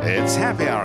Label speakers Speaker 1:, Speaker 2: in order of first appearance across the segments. Speaker 1: It's Happy Hour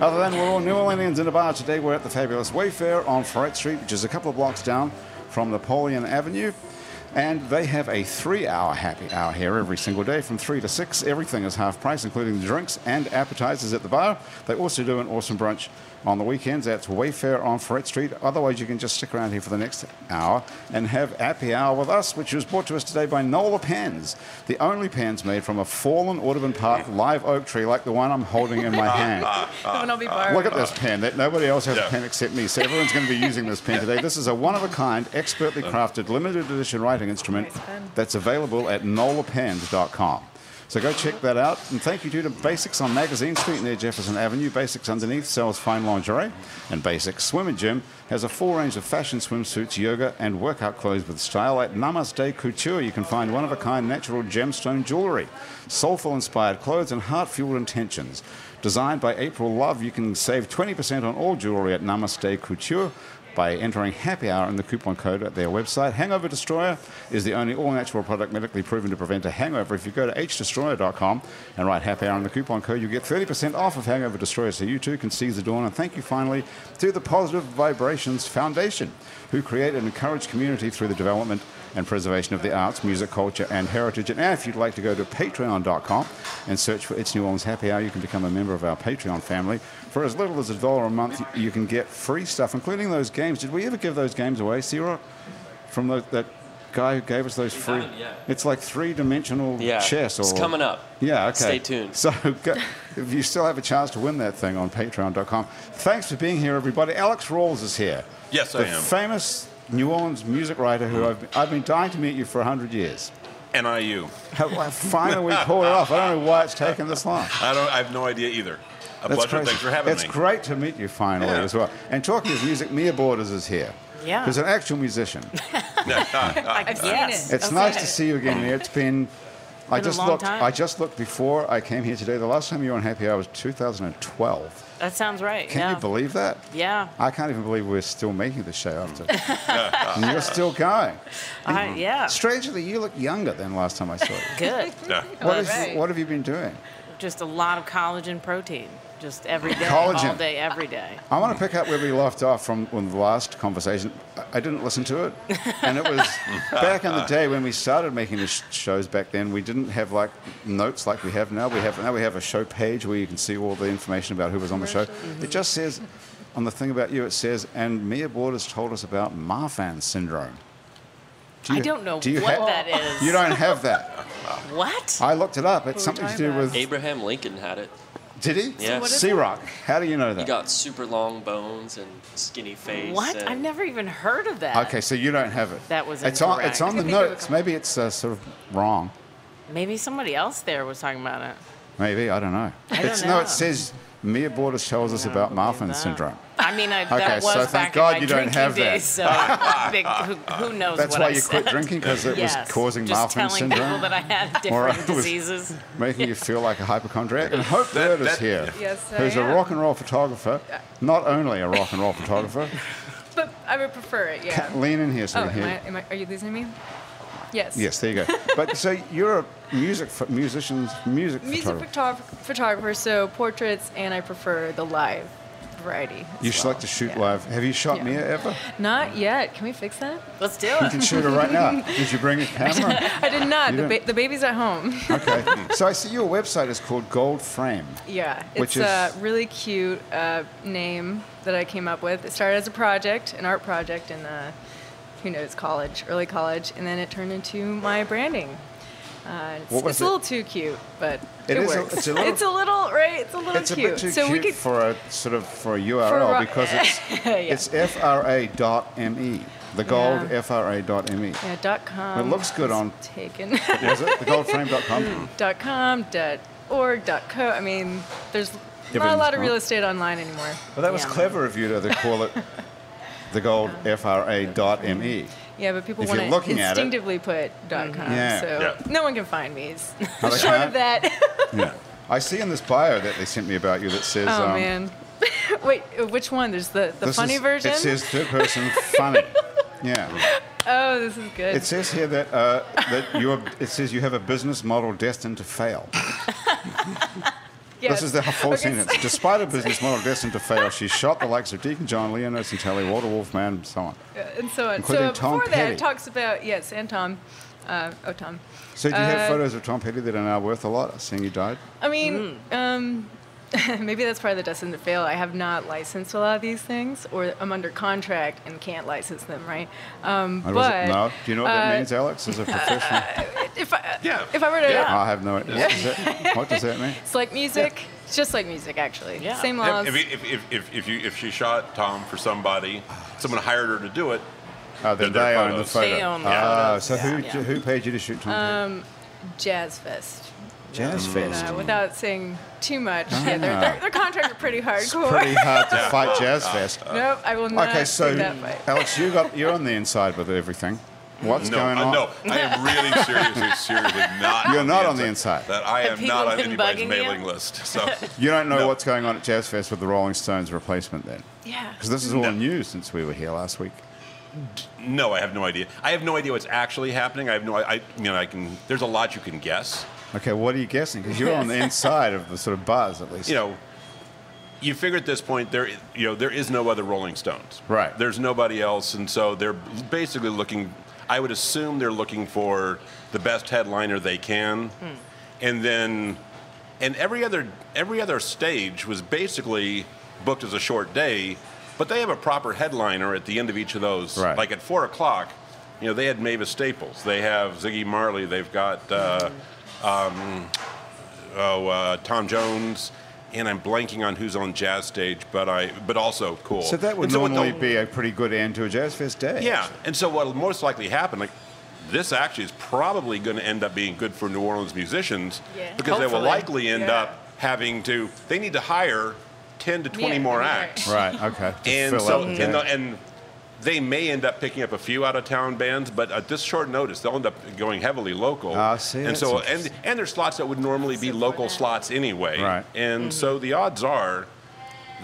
Speaker 1: Other than we're all New Orleanians in a bar today, we're at the fabulous Wayfair on Freight Street, which is a couple of blocks down from Napoleon Avenue. And they have a three hour happy hour here every single day from three to six. Everything is half price, including the drinks and appetizers at the bar. They also do an awesome brunch on the weekends. That's Wayfair on Freight Street. Otherwise, you can just stick around here for the next hour and have Happy Hour with us, which was brought to us today by Nola Pens, the only pens made from a fallen Audubon Park live oak tree like the one I'm holding in my hand.
Speaker 2: Come and I'll be
Speaker 3: Uh,
Speaker 2: borrowing.
Speaker 1: Look at this pen. That nobody else has
Speaker 3: Yeah.
Speaker 1: a pen except me. So everyone's going to be using this pen today. This is a one of a kind, expertly crafted, limited edition writing instrument
Speaker 2: Nice pen.
Speaker 1: that's available at nolapens.com. So go check that out. And thank you too to Basics on Magazine Street near Jefferson Avenue. Basics Underneath sells fine lingerie. And Basics Swim and Gym has a full range of fashion swimsuits, yoga, and workout clothes with style. At Namaste Couture, you can find one of a kind natural gemstone jewelry, soulful inspired clothes, and heart fueled intentions. Designed by April Love, you can save 20% on all jewelry at Namaste Couture by entering happy hour in the coupon code at their website. Hangover Destroyer is the only all natural product medically proven to prevent a hangover. If you go to hdestroyer.com and write happy hour in the coupon code, you get 30% off of Hangover Destroyer so you too can seize the dawn. And thank you finally to the Positive Vibrations Foundation, who create and encourage community through the development and preservation of the arts, music, culture, and heritage. And if you'd like to go to patreon.com and search for It's New Orleans Happy Hour, you can become a member of our Patreon family. For as little as a dollar a month, you can get free stuff, including those games. Did we ever give those games away, Sierra? From the, that guy who gave us those free.
Speaker 4: haven't yet.
Speaker 1: It's like three dimensional
Speaker 4: Yeah.
Speaker 1: chess. Or,
Speaker 4: It's coming up.
Speaker 1: Yeah, okay.
Speaker 4: Stay tuned.
Speaker 1: So go, if you still have a chance to win that thing on patreon.com. Thanks for being here, everybody. Alex Rawls is here
Speaker 3: Yes,
Speaker 1: the
Speaker 3: I am.
Speaker 1: famous New Orleans music writer who I've, I've been dying to meet you for 100 years.
Speaker 3: NIU.
Speaker 1: How- Finally, we pulled it off. I don't know why it's taken this long.
Speaker 3: I don't. I have no idea either. A
Speaker 1: That's
Speaker 3: pleasure.
Speaker 1: crazy.
Speaker 3: Thanks for having
Speaker 1: it's
Speaker 3: me.
Speaker 1: great to meet you finally
Speaker 3: Yeah.
Speaker 1: as well. And talking of music, Mia Borders is here.
Speaker 2: Yeah.
Speaker 1: Who's an actual musician.
Speaker 3: Uh,
Speaker 2: I've seen
Speaker 5: Yes.
Speaker 2: it.
Speaker 1: It's nice to see you again, Mia. It's been. I
Speaker 2: Been a
Speaker 1: just
Speaker 2: long
Speaker 1: looked.
Speaker 2: time.
Speaker 1: I just looked before I came here today. The last time you were on Happy Hour was 2012.
Speaker 2: That sounds right.
Speaker 1: Can
Speaker 2: yeah.
Speaker 1: you believe that?
Speaker 2: Yeah.
Speaker 1: I can't even believe we're still making this show after. and you're still going.
Speaker 2: I, yeah.
Speaker 1: Strangely, you look younger than last time I saw you.
Speaker 2: Good.
Speaker 3: Yeah.
Speaker 1: What,
Speaker 2: That's
Speaker 1: is-
Speaker 2: right.
Speaker 1: what have you been doing?
Speaker 2: Just a lot of collagen protein. Just every day.
Speaker 1: Collagen.
Speaker 2: All day, every day.
Speaker 1: I want to pick up where we left off from from the last conversation. I- I didn't listen to it, and it was back in the day when we started making the sh- shows. Back then, we didn't have like notes like we have now. We have now we have a show page where you can see all the information about who was on the show.
Speaker 2: Mm-hmm.
Speaker 1: It just says on the thing about you, it says, and Mia Borders told us about Marfan syndrome. Do
Speaker 2: I don't know
Speaker 1: do you
Speaker 2: what
Speaker 1: ha-
Speaker 2: that is.
Speaker 1: You don't have that.
Speaker 2: What?
Speaker 1: I looked it up. It's something to do with.
Speaker 4: Abraham Lincoln had it.
Speaker 1: Did he?
Speaker 4: Yeah. So what is
Speaker 1: Sea Rock. How do you know that?
Speaker 4: He got super long bones and skinny face.
Speaker 2: What?
Speaker 4: and-
Speaker 2: I've never even heard of that.
Speaker 1: Okay, so you don't have it.
Speaker 2: That was
Speaker 1: it's on. It's
Speaker 2: incorrect.
Speaker 1: on the
Speaker 5: think it was-
Speaker 1: notes. Maybe it's uh, sort of wrong.
Speaker 2: Maybe somebody else there was talking about it.
Speaker 1: Maybe I don't know.
Speaker 2: I don't
Speaker 1: it's no.
Speaker 2: know.
Speaker 1: It says Mia Borders tells us about Marfan
Speaker 2: That.
Speaker 1: syndrome.
Speaker 2: I mean, I,
Speaker 1: Okay,
Speaker 2: that
Speaker 1: so
Speaker 2: was
Speaker 1: thank
Speaker 2: back
Speaker 1: God
Speaker 2: in my
Speaker 1: you don't
Speaker 2: drinking
Speaker 1: have that.
Speaker 2: days, so I think who, who knows
Speaker 1: That's
Speaker 2: what
Speaker 1: why
Speaker 2: I
Speaker 1: you quit
Speaker 2: said.
Speaker 1: drinking because it
Speaker 2: yes.
Speaker 1: was causing
Speaker 2: Just
Speaker 1: Marfan
Speaker 2: telling people
Speaker 1: syndrome,
Speaker 2: that I had
Speaker 1: Or I
Speaker 2: different
Speaker 1: was-
Speaker 2: diseases.
Speaker 1: making you feel like a hypochondriac. And Hope
Speaker 3: That-
Speaker 1: Bird is
Speaker 3: that-
Speaker 1: here,
Speaker 5: Yes, I
Speaker 1: who's a
Speaker 5: am.
Speaker 1: rock and roll photographer. Not only a rock and roll photographer.
Speaker 5: But I would prefer it, yeah.
Speaker 1: Lean in here so
Speaker 5: Oh,
Speaker 1: we
Speaker 5: am
Speaker 1: hear.
Speaker 5: I, am I, are you losing me? Yes.
Speaker 1: Yes, there you go. But so you're a music pho- musician, music,
Speaker 5: Music
Speaker 1: photographer.
Speaker 5: photog- photographer, so portraits, and I prefer the live variety. as
Speaker 1: You
Speaker 5: well.
Speaker 1: like to shoot
Speaker 5: Yeah.
Speaker 1: live. Have you shot
Speaker 5: Yeah.
Speaker 1: Mia ever?
Speaker 5: Not yet. Can we fix that?
Speaker 2: Let's do
Speaker 1: You can
Speaker 2: it.
Speaker 1: shoot her right now. Did you bring a camera?
Speaker 5: I did not.
Speaker 1: You
Speaker 5: The,
Speaker 1: don't-
Speaker 5: ba- the baby's at home.
Speaker 1: Okay. So I see your website is called Gold Frame.
Speaker 5: yeah. It's
Speaker 1: Which
Speaker 5: a
Speaker 1: is-
Speaker 5: really cute uh, name that I came up with. It started as a project, an art project in, uh, who knows, college, early college, and then it turned into my branding. Uh, it's
Speaker 1: What was
Speaker 5: it's
Speaker 1: it?
Speaker 5: a little too cute, but
Speaker 1: It
Speaker 5: it,
Speaker 1: is a-
Speaker 5: works.
Speaker 1: it's a little-
Speaker 5: little- right? It's a little
Speaker 1: It's a
Speaker 5: cute.
Speaker 1: bit too
Speaker 5: so we
Speaker 1: cute
Speaker 5: could
Speaker 1: for a sort of for a URL
Speaker 5: ro-
Speaker 1: because it's it's fra dot me. The gold
Speaker 5: Yeah.
Speaker 1: fra dot me.
Speaker 5: Yeah, dot com.
Speaker 1: It looks good
Speaker 5: is
Speaker 1: on-
Speaker 5: taken.
Speaker 1: Was it the goldframe.com?
Speaker 5: dot com, dot org, dot co. I mean, there's not a
Speaker 1: Everything's
Speaker 5: lot of real
Speaker 1: on.
Speaker 5: estate online anymore.
Speaker 1: Well, that was
Speaker 2: Yeah.
Speaker 1: clever of you to, to call it thegoldfra.me.
Speaker 5: Yeah, but people
Speaker 1: If
Speaker 5: want
Speaker 1: you're
Speaker 5: to
Speaker 1: looking at it-
Speaker 5: instinctively put dot .com,
Speaker 1: Yeah.
Speaker 5: so
Speaker 3: Mm-hmm. Yeah.
Speaker 5: no one can find me. It's
Speaker 1: Oh, they
Speaker 5: short
Speaker 1: can't?
Speaker 5: of that.
Speaker 1: Yeah. I see in this bio that they sent me about you that says.
Speaker 5: oh,
Speaker 1: um,
Speaker 5: man. Wait, uh, which one? There's the, the
Speaker 1: this
Speaker 5: funny
Speaker 1: is-
Speaker 5: version?
Speaker 1: It says third person funny. Yeah.
Speaker 5: oh, this is good.
Speaker 1: It says here that uh, that you are, it says you have a business model destined to fail.
Speaker 5: Yes.
Speaker 1: This is the full
Speaker 5: Okay,
Speaker 1: sentence. Despite a business model destined to fail, she shot the likes of Deacon John, Leon and Telly, Walter Wolfman, and so on.
Speaker 5: Uh, and so on.
Speaker 1: Including
Speaker 5: So
Speaker 1: Tom
Speaker 5: before that,
Speaker 1: Petty.
Speaker 5: it talks about yes, and Tom. Uh, oh, Tom.
Speaker 1: So do you
Speaker 5: Uh,
Speaker 1: have photos of Tom Petty that are now worth a lot, seeing you died?
Speaker 5: I mean,
Speaker 3: Mm.
Speaker 5: um, maybe that's part of the destined to fail. I have not licensed a lot of these things, or I'm under contract and can't license them, right? Um,
Speaker 1: I
Speaker 5: but
Speaker 1: wasn't- no. Do you know what that
Speaker 5: uh,
Speaker 1: means, Alex, as a professional?
Speaker 5: if I,
Speaker 3: Yeah.
Speaker 5: if I were to,
Speaker 3: Yeah.
Speaker 1: I have no idea. What does that, what does that mean?
Speaker 5: it's like music. It's just like music, actually.
Speaker 2: Yeah.
Speaker 5: Same
Speaker 3: If,
Speaker 5: laws.
Speaker 3: if, if, if, if, if, you, if she shot Tom for somebody, someone hired her to do it.
Speaker 1: Oh, then
Speaker 3: They're
Speaker 1: they own the
Speaker 3: photos.
Speaker 1: photo.
Speaker 2: They own the
Speaker 1: ah,
Speaker 2: photos,
Speaker 1: so who,
Speaker 2: yeah.
Speaker 1: who paid you to shoot Tom Petty?
Speaker 5: Jazz Fest.
Speaker 1: Jazz Fest.
Speaker 5: Uh, without saying too much, yeah, their, their, their contracts are pretty hardcore.
Speaker 1: Pretty hard to fight Jazz Fest.
Speaker 5: nope, I will not
Speaker 1: Okay, so
Speaker 5: do that fight.
Speaker 1: Alex, you got you're on the inside with everything. What's
Speaker 3: no,
Speaker 1: going
Speaker 3: uh,
Speaker 1: on?
Speaker 3: no, I am really seriously, seriously not.
Speaker 1: You're not on the inside.
Speaker 3: That I
Speaker 2: Have
Speaker 3: am not
Speaker 2: people
Speaker 3: on
Speaker 2: been
Speaker 3: anybody's
Speaker 2: bugging
Speaker 3: mailing
Speaker 2: you?
Speaker 3: list. So
Speaker 1: You don't know
Speaker 3: No.
Speaker 1: what's going on at Jazz Fest with the Rolling Stones replacement then,
Speaker 5: Yeah.
Speaker 1: because this is all
Speaker 3: No.
Speaker 1: new since we were here last week.
Speaker 3: no, I have no idea. I have no idea what's actually happening. I have no. I you know I can. There's a lot you can guess.
Speaker 1: Okay, what are you guessing? Because you're on the inside of the sort of buzz at least.
Speaker 3: you know, you figure at this point there, you know, there is no other Rolling Stones.
Speaker 1: Right.
Speaker 3: There's nobody else, and so they're basically looking. I would assume they're looking for the best headliner they can, and then, and every other every other stage was basically booked as a short day, but they have a proper headliner at the end of each of those.
Speaker 1: Right.
Speaker 3: Like at four o'clock, you know, they had Mavis Staples, they have Ziggy Marley, they've got. Uh, oh, uh, Tom Jones, and I'm blanking on who's on jazz stage, but I, but also cool.
Speaker 1: so that would
Speaker 3: And so what
Speaker 1: normally
Speaker 3: the-
Speaker 1: be a pretty good end to a Jazz Fest day.
Speaker 3: yeah. And so what'll most likely happen, like this actually is probably going to end up being good for New Orleans musicians
Speaker 5: Yeah.
Speaker 3: because they will
Speaker 2: Hopefully.
Speaker 3: likely end
Speaker 5: Yeah.
Speaker 3: up having to. They need to hire ten to twenty
Speaker 5: Yeah,
Speaker 3: more
Speaker 5: right.
Speaker 3: acts,
Speaker 1: Right. Okay. to
Speaker 3: and
Speaker 1: fill
Speaker 3: so
Speaker 1: out the
Speaker 3: and,
Speaker 1: day.
Speaker 3: the, and they may end up picking up a few out of town bands, but at this short notice, they'll end up going heavily local.
Speaker 1: Ah, I see.
Speaker 3: And
Speaker 1: That's
Speaker 3: so and
Speaker 1: interesting.
Speaker 3: and there's slots that would normally be
Speaker 5: So
Speaker 3: local
Speaker 5: for that.
Speaker 3: slots anyway.
Speaker 1: Right.
Speaker 3: And so the odds are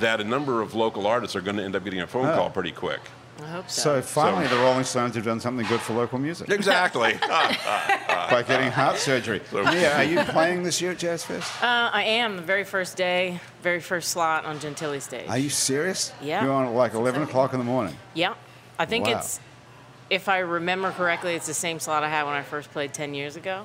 Speaker 3: that a number of local artists are going to end up getting a phone
Speaker 1: Oh.
Speaker 3: call pretty quick.
Speaker 2: I hope
Speaker 1: so
Speaker 2: so.
Speaker 1: finally, the Rolling Stones have done something good for local music
Speaker 3: Exactly. Ah.
Speaker 1: by getting heart surgery. Yeah, are you playing this year at Jazz Fest?
Speaker 2: uh, I am the very first day, very first slot on Gentilly stage.
Speaker 1: Are you serious?
Speaker 2: Yeah.
Speaker 1: You're on at like 11 o'clock in the morning.
Speaker 2: yeah, I think
Speaker 1: Wow.
Speaker 2: it's. If I remember correctly, it's the same slot I had when I first played 10 years ago.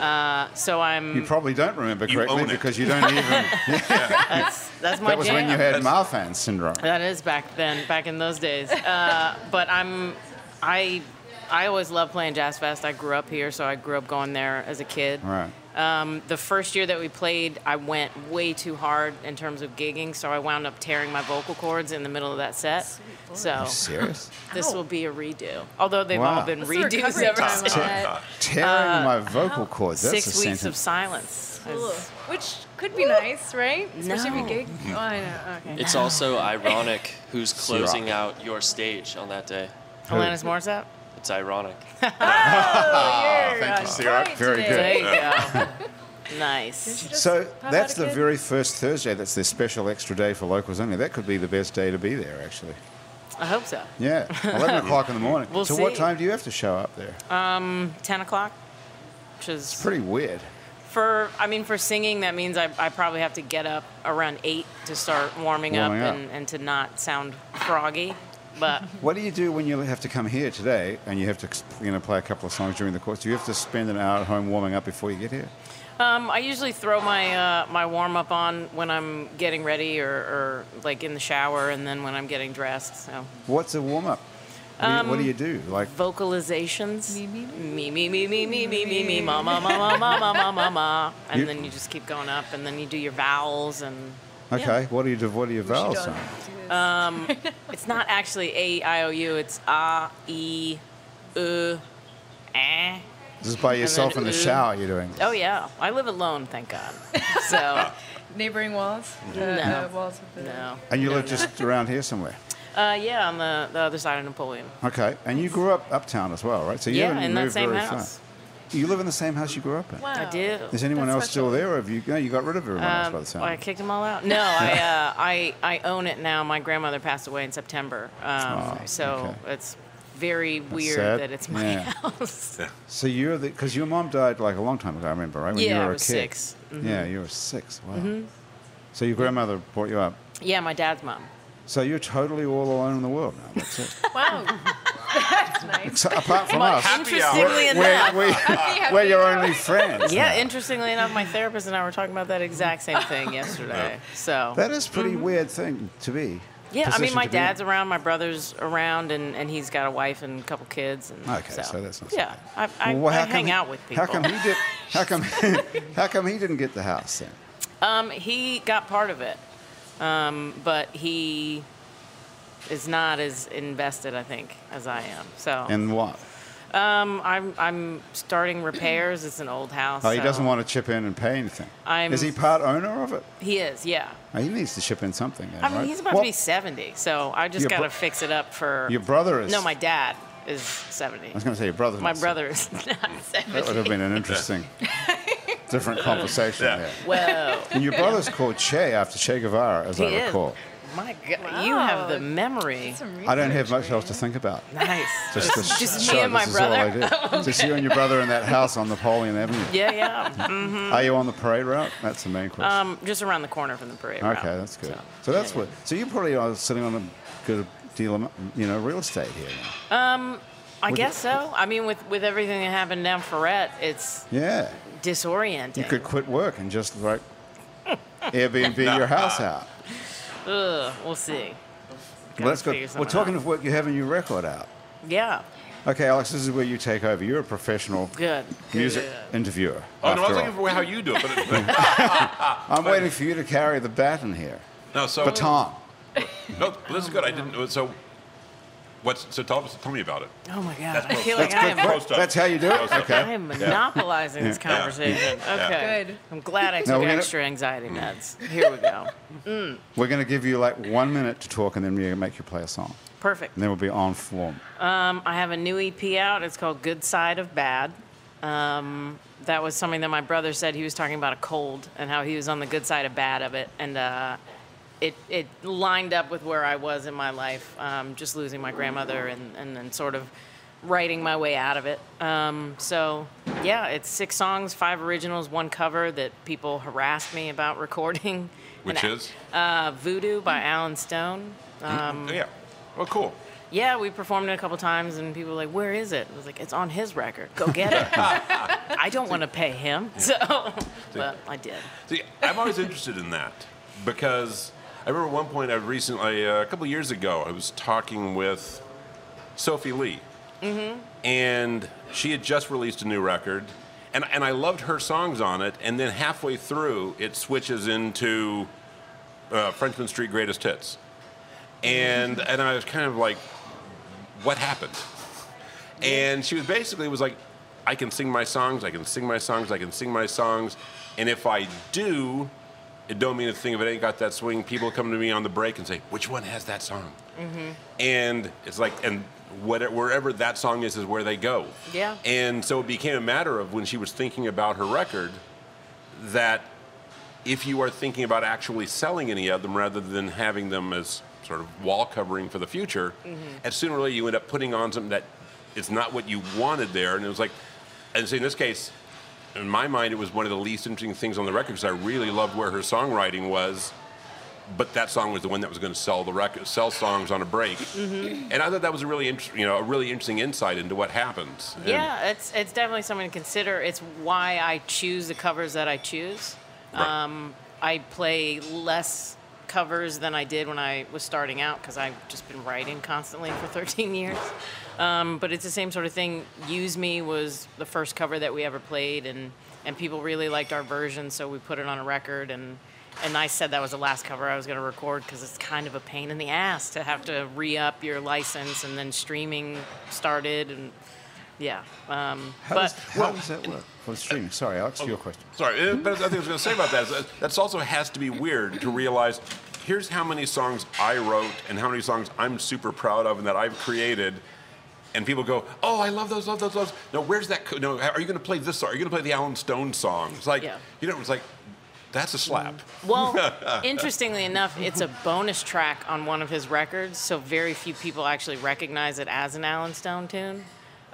Speaker 2: Uh, so I'm.
Speaker 1: Ah. You probably don't remember
Speaker 3: You
Speaker 1: correctly
Speaker 3: own it.
Speaker 1: because you don't even.
Speaker 2: that's, that's my
Speaker 1: that was when
Speaker 2: jam.
Speaker 1: you had Marfan syndrome.
Speaker 2: That is back then, back in those days. Uh, but I'm, I, I always loved playing Jazz Fest. I grew up here, so I grew up going there as a kid.
Speaker 1: Right.
Speaker 2: Um, the first year that we played, I went way too hard in terms of gigging, so I wound up tearing my vocal cords in the middle of that set. So
Speaker 1: Are you serious?
Speaker 2: this will be a redo. Although they've
Speaker 1: Wow.
Speaker 2: all been
Speaker 5: What's the
Speaker 2: redos
Speaker 5: recovery
Speaker 2: ever
Speaker 5: time on
Speaker 2: since.
Speaker 5: that?
Speaker 1: Tearing my vocal cords. That's
Speaker 2: Uh, Six
Speaker 1: a
Speaker 2: weeks
Speaker 1: sentence.
Speaker 2: of silence.
Speaker 5: Ugh.
Speaker 2: is-
Speaker 5: Which could be nice, right? Especially if
Speaker 2: No.
Speaker 5: you gig.
Speaker 1: Mm-hmm.
Speaker 5: Oh, I know. Okay.
Speaker 4: It's also ironic who's
Speaker 1: C-Rock.
Speaker 4: closing out your stage on that day.
Speaker 2: Alanis Morissette.
Speaker 4: It's ironic.
Speaker 5: Oh,
Speaker 1: thank you, Sierra. Very good.
Speaker 2: There you go. nice.
Speaker 1: So
Speaker 5: How
Speaker 1: that's the
Speaker 5: about a kid?
Speaker 1: very first Thursday. That's their special extra day for locals only. That could be the best day to be there, actually.
Speaker 2: I hope so.
Speaker 1: Yeah, 11 o'clock in the morning.
Speaker 2: We'll
Speaker 1: so what
Speaker 2: see. Uh,
Speaker 1: time do you have to show up there?
Speaker 2: 10 o'clock, which is
Speaker 1: Pretty weird.
Speaker 2: For I mean, for singing, that means I, I probably have to get up around eight to start warming,
Speaker 1: Warming up.
Speaker 2: up, And, and to not sound froggy. But
Speaker 1: What do you do when you have to come here today and you have to, you know, play a couple of songs during the course? Do you have to spend an hour at home warming up before you get here?
Speaker 2: um, I usually throw my uh, my warm up on when I'm getting ready or, or like in the shower, and then when I'm getting dressed. So
Speaker 1: What's a warm up? What, do you- what do
Speaker 2: Um,
Speaker 1: you do? Like
Speaker 2: vocalizations,
Speaker 5: Me, me,
Speaker 2: me me me me me me me me ma ma ma ma ma ma ma ma ma,
Speaker 1: You-
Speaker 2: and then you just keep going up, and then you do your vowels and. yeah.
Speaker 1: Okay, what do you do? What do you vowel
Speaker 5: She
Speaker 1: sound?
Speaker 5: does do this.
Speaker 2: Um, It's not actually A I O U. It's A E, U, eh.
Speaker 1: This is by yourself in the
Speaker 2: ooh.
Speaker 1: shower you're doing.
Speaker 2: uh, Oh yeah, I live alone, thank God. So
Speaker 5: Neighboring walls? The,
Speaker 2: No.
Speaker 5: the walls of the.
Speaker 2: no.
Speaker 1: And you
Speaker 2: no,
Speaker 1: live
Speaker 2: no.
Speaker 1: just around here somewhere.
Speaker 2: Uh, yeah, on the, the other side of Napoleon.
Speaker 1: Okay, and you grew up uptown as well, right? So you
Speaker 2: Yeah,
Speaker 1: haven't
Speaker 2: in that
Speaker 1: moved
Speaker 2: same
Speaker 1: very
Speaker 2: house.
Speaker 1: far. You live in the same house you grew up in.
Speaker 2: I did.
Speaker 1: Is anyone
Speaker 5: That's
Speaker 1: else still
Speaker 5: special.
Speaker 1: there, or have you? No, you got rid of everyone else by
Speaker 2: Um,
Speaker 1: the time.
Speaker 2: I kicked them all out. No, I, uh, I I own it now. My grandmother passed away in September, um,
Speaker 1: Oh,
Speaker 2: so
Speaker 1: okay.
Speaker 2: it's very weird
Speaker 1: sad.
Speaker 2: that it's my
Speaker 1: Yeah.
Speaker 2: house.
Speaker 1: So you're the because your mom died like a long time ago. I remember, right? When you
Speaker 2: Yeah,
Speaker 1: were
Speaker 2: I
Speaker 1: a
Speaker 2: was
Speaker 1: kid.
Speaker 2: six. Mm-hmm.
Speaker 1: Yeah, you were six. Wow. So your grandmother brought you up.
Speaker 2: yeah, my dad's mom.
Speaker 1: So you're totally all alone in the world now. That's it.
Speaker 5: Wow. That's nice.
Speaker 1: so apart from us,
Speaker 2: Interestingly enough.
Speaker 1: we're, we,
Speaker 5: happy
Speaker 1: we're your
Speaker 5: to
Speaker 1: only friends.
Speaker 2: Yeah,
Speaker 1: now.
Speaker 2: interestingly enough, my therapist and I were talking about that exact same thing yesterday. So
Speaker 1: Oh. that is a pretty weird thing to be.
Speaker 2: Mm-hmm. yeah, I mean,
Speaker 1: position
Speaker 2: my
Speaker 1: to be in.
Speaker 2: dad's around, my brother's around, and, and he's got a wife and a couple kids. And
Speaker 1: Okay, so that's not so
Speaker 2: yeah. I, I,
Speaker 1: Well,
Speaker 2: I
Speaker 1: how come
Speaker 2: hang
Speaker 1: he-
Speaker 2: out with people.
Speaker 1: How come he did? How come? how come he didn't get the house then?
Speaker 2: Um, he got part of it, um, but he is not as invested, I think, as I am. So
Speaker 1: And what?
Speaker 2: um, I'm I'm starting repairs. It's an old house.
Speaker 1: Oh, he
Speaker 2: so-
Speaker 1: doesn't want to chip in and pay anything.
Speaker 2: I'm-
Speaker 1: is he part owner of it?
Speaker 2: He is, yeah.
Speaker 1: Oh, he needs to chip in something. Then,
Speaker 2: I mean,
Speaker 1: right?
Speaker 2: he's about
Speaker 1: What-
Speaker 2: to be 70, so I just
Speaker 1: Your
Speaker 2: got to
Speaker 1: bro-
Speaker 2: fix it up for.
Speaker 1: Your brother is.
Speaker 2: No, my dad
Speaker 1: I
Speaker 2: is
Speaker 1: was
Speaker 2: 70.
Speaker 1: going to say your brother.
Speaker 2: My brother is not
Speaker 1: That would have
Speaker 2: 70.
Speaker 1: been an interesting, different conversation
Speaker 3: Yeah.
Speaker 1: there.
Speaker 2: Whoa.
Speaker 1: And your brother's called Che after Che Guevara, as
Speaker 2: He
Speaker 1: I
Speaker 2: is.
Speaker 1: recall.
Speaker 2: My God. You have the
Speaker 5: Wow.
Speaker 2: memory.
Speaker 1: I don't have much else to think about.
Speaker 2: Nice.
Speaker 1: Just, this
Speaker 2: Just
Speaker 1: show,
Speaker 2: me and my
Speaker 1: this is all I
Speaker 2: brother.
Speaker 1: do. Just you and your brother in that house on Napoleon Avenue.
Speaker 2: Yeah, yeah. Mm,
Speaker 1: Are you on the parade route? That's the main question.
Speaker 2: Um, just around the corner from the parade. route.
Speaker 1: Okay, that's good. So,
Speaker 2: So.
Speaker 1: that's what. So you probably are sitting on a good deal of you know real estate here. now.
Speaker 2: I
Speaker 1: Would
Speaker 2: guess
Speaker 1: you-
Speaker 2: so. I mean, with, with everything that happened down Ferret, it's
Speaker 1: Yeah,
Speaker 2: disorienting.
Speaker 1: you could quit work and just like Airbnb your house out.
Speaker 2: Ugh, we'll see.
Speaker 1: Well, that's good.
Speaker 2: figure
Speaker 1: Well,
Speaker 2: something
Speaker 1: talking
Speaker 2: out.
Speaker 1: of work, you have a new record out.
Speaker 2: Yeah,
Speaker 1: Okay, Alex, this is where you take over. You're a professional
Speaker 2: good.
Speaker 1: music
Speaker 2: Good.
Speaker 1: interviewer.
Speaker 3: Oh, no, I was
Speaker 1: after
Speaker 3: thinking
Speaker 1: all.
Speaker 3: for how you do it. But it
Speaker 1: I'm waiting for you to carry the baton here.
Speaker 3: no, so
Speaker 1: Baton.
Speaker 3: No, this is good. I didn't. So, what's so? Tell, tell me about it.
Speaker 2: Oh my God,
Speaker 3: That's
Speaker 2: I feel
Speaker 3: close.
Speaker 2: like I am,
Speaker 3: Pro stuff.
Speaker 1: That's how you do it.
Speaker 3: Pro stuff.
Speaker 2: I
Speaker 1: Okay.
Speaker 2: am monopolizing this conversation. Okay,
Speaker 5: Good.
Speaker 2: I'm glad I took
Speaker 1: No, we're gonna-
Speaker 2: extra anxiety meds. Here we go.
Speaker 1: We're going to give you like one minute to talk, and then we're going to make you play a song,
Speaker 2: Perfect.
Speaker 1: and then we'll be on form.
Speaker 2: Um, I have a new EP out. It's called Good Side of Bad. Um, that was something that my brother said. He was talking about a cold and how he was on the good side of bad of it, and uh, it it lined up with where I was in my life, um, just losing my grandmother and and then sort of writing my way out of it. Um, so yeah, it's six songs, five originals, one cover that people harassed me about recording.
Speaker 3: Which
Speaker 2: And,
Speaker 3: is?
Speaker 2: uh, Voodoo by Alan Stone. Um,
Speaker 3: yeah. Well, cool.
Speaker 2: yeah, we performed it a couple times, and people were like, "Where is it?" I was like, "It's on his record. Go get it." I don't want to pay him, so but I did.
Speaker 3: See, I'm always interested in that because I remember at one point I recently, uh, a couple years ago, I was talking with Sophie Lee, and she had just released a new record, and and I loved her songs on it, and then halfway through it switches into uh, Frenchman Street Greatest Hits, and and I was kind of like, what happened? And she was basically was like, I can sing my songs, I can sing my songs, I can sing my songs, and if I do, it don't mean a thing if it ain't got that swing. People come to me on the break and say, which one has that song? And it's like, and whatever, wherever that song is, is where they go.
Speaker 2: Yeah.
Speaker 3: And so it became a matter of when she was thinking about her record, that if you are thinking about actually selling any of them rather than having them as sort of wall covering for the future, and sooner or later you end up putting on something that is not what you wanted there. And it was like, and so in this case, in my mind, it was one of the least interesting things on the record because I really loved where her songwriting was. But that song was the one that was going to sell the record, sell songs on a break, and I thought that was a really, inter- you know, a really interesting insight into what happens. And-
Speaker 2: Yeah, it's it's definitely something to consider. It's why I choose the covers that I choose.
Speaker 3: Right.
Speaker 2: Um, I play less covers than I did when I was starting out because I've just been writing constantly for 13 years. Um, but it's the same sort of thing. Use Me was the first cover that we ever played, and, and people really liked our version, so we put it on a record. And, and I said that was the last cover I was going to record because it's kind of a pain in the ass to have to re up your license, and then streaming started. and yeah, um,
Speaker 1: How,
Speaker 2: but
Speaker 1: does, how does that work for streaming? Sorry, Alex, your question.
Speaker 3: eh, Sorry, uh, but I think I was going to say about that is that that's also has to be weird to realize here's how many songs I wrote and how many songs I'm super proud of and that I've created. And people go, oh, I love those, love those, love. those." No, where's that? co- No, are you going to play this song? Are you going to play the Alan Stone song? It's like,
Speaker 2: Yeah. Mm.
Speaker 3: you know, it's like, that's a slap.
Speaker 2: Well, interestingly enough, it's a bonus track on one of his records, so very few people actually recognize it as an Alan Stone tune.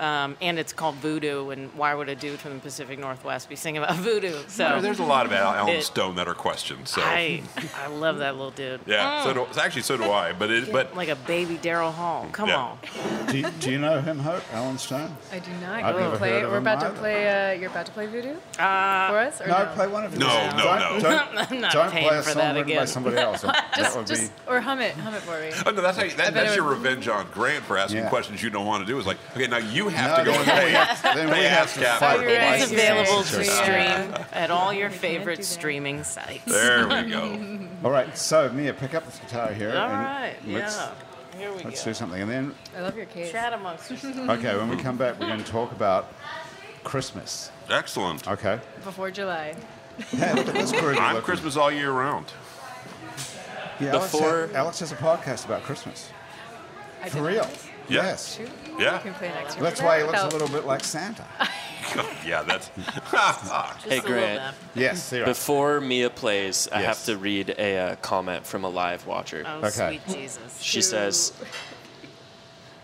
Speaker 2: Um, and it's called Voodoo, and why would a dude from the Pacific Northwest be singing about voodoo? So
Speaker 3: There's a lot of Al- Alan
Speaker 2: It-
Speaker 3: Stone that are questioned. So
Speaker 2: I, I love that little dude. Um,
Speaker 3: yeah, so do, actually so do I. But it, but
Speaker 2: Like a baby Daryl Hall. Come
Speaker 3: Yeah.
Speaker 2: on.
Speaker 1: do, you, do you know him, Hope? Alan Stone?
Speaker 5: I do
Speaker 1: I've
Speaker 5: not.
Speaker 1: never
Speaker 5: Go
Speaker 1: heard
Speaker 5: play.
Speaker 1: of
Speaker 5: We're
Speaker 1: him
Speaker 5: about to
Speaker 1: either.
Speaker 5: play. Uh, you're about to play Voodoo for us, or
Speaker 1: No,
Speaker 5: no?
Speaker 1: play one of his.
Speaker 3: No, no, no.
Speaker 1: don't, Don't,
Speaker 2: I'm not
Speaker 1: don't
Speaker 2: paying
Speaker 1: play a
Speaker 2: for
Speaker 1: song
Speaker 2: that
Speaker 1: written by
Speaker 2: again.
Speaker 1: somebody else. that
Speaker 5: just,
Speaker 1: would
Speaker 5: just
Speaker 1: be.
Speaker 5: or hum it, hum it for me.
Speaker 3: Oh, no, that's how you, that,
Speaker 5: bet
Speaker 3: that's
Speaker 5: it
Speaker 3: your
Speaker 5: would-
Speaker 3: revenge on Grant for asking
Speaker 1: Yeah.
Speaker 3: questions you don't want to do. It's like, okay, now you have to
Speaker 1: No,
Speaker 3: go and
Speaker 1: then
Speaker 3: pay.
Speaker 1: we have- then we
Speaker 3: pay
Speaker 1: have to
Speaker 3: ASCAP.
Speaker 1: fight
Speaker 5: It
Speaker 1: the
Speaker 5: is
Speaker 1: license
Speaker 2: It's available
Speaker 5: Yeah.
Speaker 2: to
Speaker 1: situation.
Speaker 2: stream at all your
Speaker 5: can't do
Speaker 2: favorite
Speaker 5: that.
Speaker 2: streaming sites.
Speaker 3: There we go.
Speaker 1: All right, so Mia, pick up this guitar here.
Speaker 2: All
Speaker 1: and
Speaker 2: right.
Speaker 1: Let's,
Speaker 2: Yeah. Here we
Speaker 1: let's
Speaker 2: go.
Speaker 1: do something. And then,
Speaker 5: I love your case.
Speaker 2: Chat amongst yourselves.
Speaker 1: okay, when we come back, we're going to talk about Christmas.
Speaker 3: Excellent.
Speaker 1: Okay.
Speaker 5: Before July.
Speaker 1: Hey, look at this group.
Speaker 3: I'm
Speaker 1: looking.
Speaker 3: Christmas all year round.
Speaker 1: Yeah, Alex,
Speaker 4: Before-
Speaker 1: has, Alex has a podcast about Christmas.
Speaker 5: I
Speaker 1: For
Speaker 5: did
Speaker 1: real.
Speaker 5: this.
Speaker 3: Yeah.
Speaker 1: Yes.
Speaker 5: Shoot.
Speaker 3: Yeah.
Speaker 5: You can play next year.
Speaker 1: That's
Speaker 5: for
Speaker 1: why he
Speaker 5: that.
Speaker 1: looks a
Speaker 5: Without-
Speaker 1: little bit like Santa.
Speaker 3: yeah, that's.
Speaker 2: Just
Speaker 4: Hey,
Speaker 2: a little
Speaker 4: Grant.
Speaker 2: bit.
Speaker 1: yes, there you are.
Speaker 4: Before Mia plays, I
Speaker 1: Yes.
Speaker 4: have to read a uh, comment from a live watcher.
Speaker 2: Oh,
Speaker 1: Okay.
Speaker 2: sweet Jesus.
Speaker 4: She says,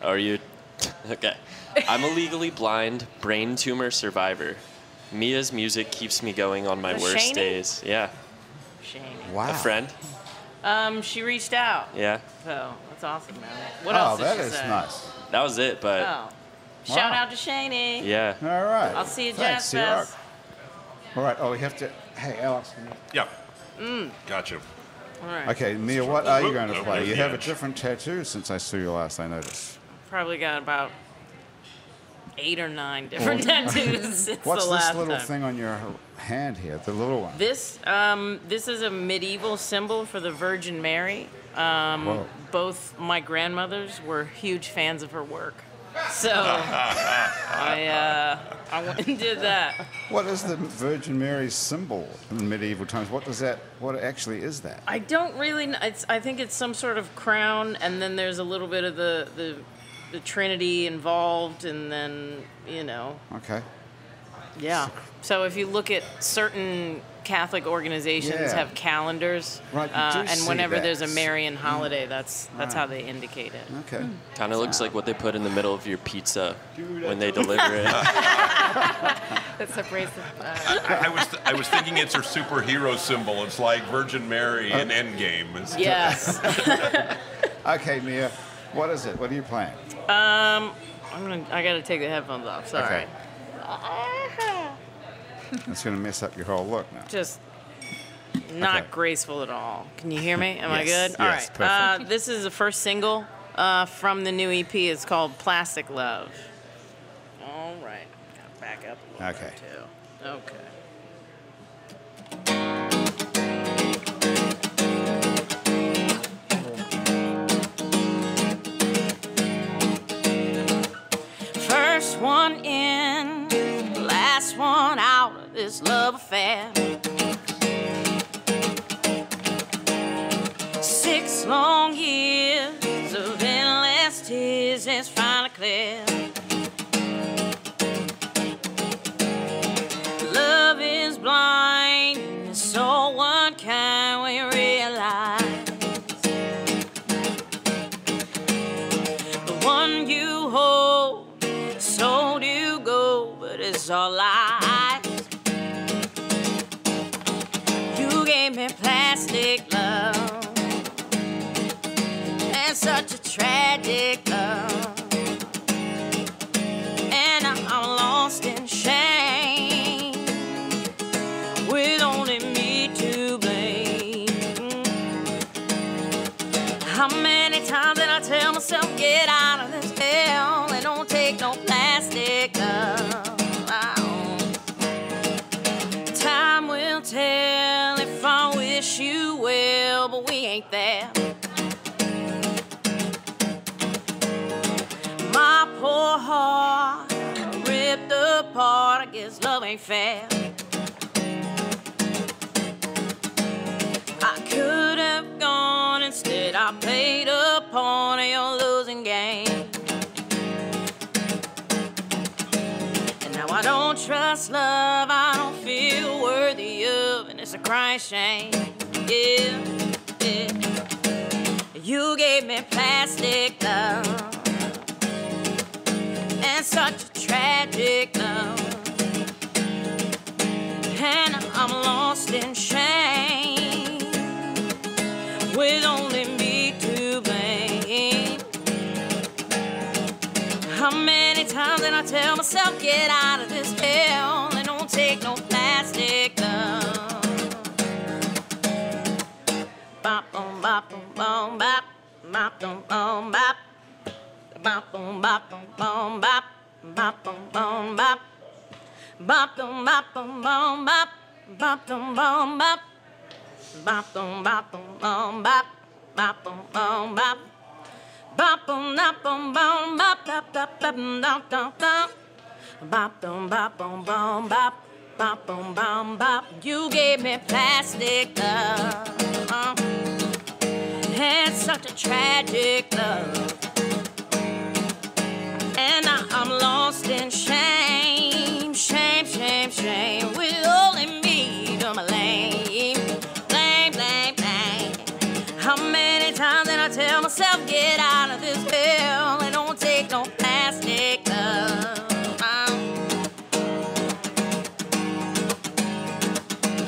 Speaker 4: Are you. okay. I'm a legally blind brain tumor survivor. Mia's music keeps me going on my
Speaker 2: The
Speaker 4: worst
Speaker 2: Shaney?
Speaker 4: days. Yeah.
Speaker 2: Shame.
Speaker 1: Wow.
Speaker 4: A friend?
Speaker 2: Um, she reached out.
Speaker 4: Yeah.
Speaker 2: So that's awesome, man. What
Speaker 1: Oh,
Speaker 2: else did
Speaker 1: that
Speaker 2: she
Speaker 1: is
Speaker 2: say?
Speaker 1: nice.
Speaker 4: That was it, but
Speaker 2: Oh. Shout out to Shaney.
Speaker 4: yeah.
Speaker 1: All right.
Speaker 2: I'll see you uh, at
Speaker 1: Thanks,
Speaker 2: Jazz
Speaker 1: Sirach.
Speaker 2: Fest.
Speaker 1: All right. Oh, we have to. Hey, Alex. can you-
Speaker 3: Yeah. Gotcha.
Speaker 2: All right.
Speaker 1: Okay, Mia, what are you going to
Speaker 3: Over
Speaker 1: play?
Speaker 3: the
Speaker 1: You have a
Speaker 3: edge.
Speaker 1: different tattoo since I saw you last. I noticed.
Speaker 2: Probably got about eight or nine different tattoos since
Speaker 1: What's
Speaker 2: the
Speaker 1: this
Speaker 2: last
Speaker 1: little
Speaker 2: time.
Speaker 1: thing on your hand here? The little one.
Speaker 2: This um, this is a medieval symbol for the Virgin Mary.
Speaker 1: Whoa.
Speaker 2: Both my grandmothers were huge fans of her work, so I uh, I went and did that.
Speaker 1: What is the Virgin Mary's symbol in medieval times? What does that? What actually is that?
Speaker 2: I don't really. kn- It's I think it's some sort of crown, and then there's a little bit of the the, the Trinity involved, and then you know
Speaker 1: Okay.
Speaker 2: Yeah. So if you look at certain Catholic organizations
Speaker 1: Yeah.
Speaker 2: have calendars,
Speaker 1: Right, you do
Speaker 2: uh, and
Speaker 1: see
Speaker 2: whenever
Speaker 1: that. Mm.
Speaker 2: there's a Marian holiday, that's that's how they indicate it.
Speaker 1: Okay.
Speaker 4: Kind of looks like what they put in the middle of your pizza when they deliver it.
Speaker 5: That separates the. Uh,
Speaker 3: I, I was I was thinking it's her superhero symbol. It's like Virgin Mary in Endgame. It's-
Speaker 2: Yes.
Speaker 1: Okay, Mia. What is it? What are you playing?
Speaker 2: Um, I'm gonna. I gotta take the headphones off. Sorry.
Speaker 1: Okay. It's going to mess up your whole look now.
Speaker 2: Just not
Speaker 1: Okay.
Speaker 2: graceful at all. Can you hear me? Am I
Speaker 1: Yes,
Speaker 2: good? All
Speaker 1: yes,
Speaker 2: right. Uh, this is the first single uh, from the new EP. It's called Plastic Love. All right. Gotta back up a little
Speaker 1: Okay.
Speaker 2: bit too. Okay. First one in, last one out of this love affair. Six long years of endless tears is finally clear. Love is blind, and it's so unkind we realize. The one you hold, so do you go, but it's all lies. You gave me plastic love and such a tragic love, and I'm lost in shame with only me to blame. How many times did I tell myself, get out of this hell and don't take no plastic love? Time will tell if I wish you well, but we ain't there. My poor heart ripped apart. I guess love ain't fair. I could have gone past love I don't feel worthy of, and it's a crying shame. Yeah, yeah. You gave me plastic love, and such a tragic love, and I'm lost in shame, with only me to blame. How many times did I tell myself, get out of this hell and don't take no plastic love? Bop, boom, bop, boom, boom, bop. Bop, boom, boom, bop. Bop, boom, bop, boom, boom, bop. Bop, boom, boom, bop. Bop, boom, bop, boom, boom, bop. Bop, boom, boom, bop. Bop, boom, bop, boom, boom, bop. Bop, boom, boom, bop. Bop, boom, bop, boom, boom, bop, bop, bop, bop, bop, bop, bop. Bop, boom, bop, boom, boom, bop. Bop, boom, boom, bop. You gave me plastic love. Uh, and such a tragic love. And now I'm lost in shame, shame, shame, shame. With only me to blame, blame, blame, blame. How many times did I tell myself, get out of this hell and don't take no plastic love?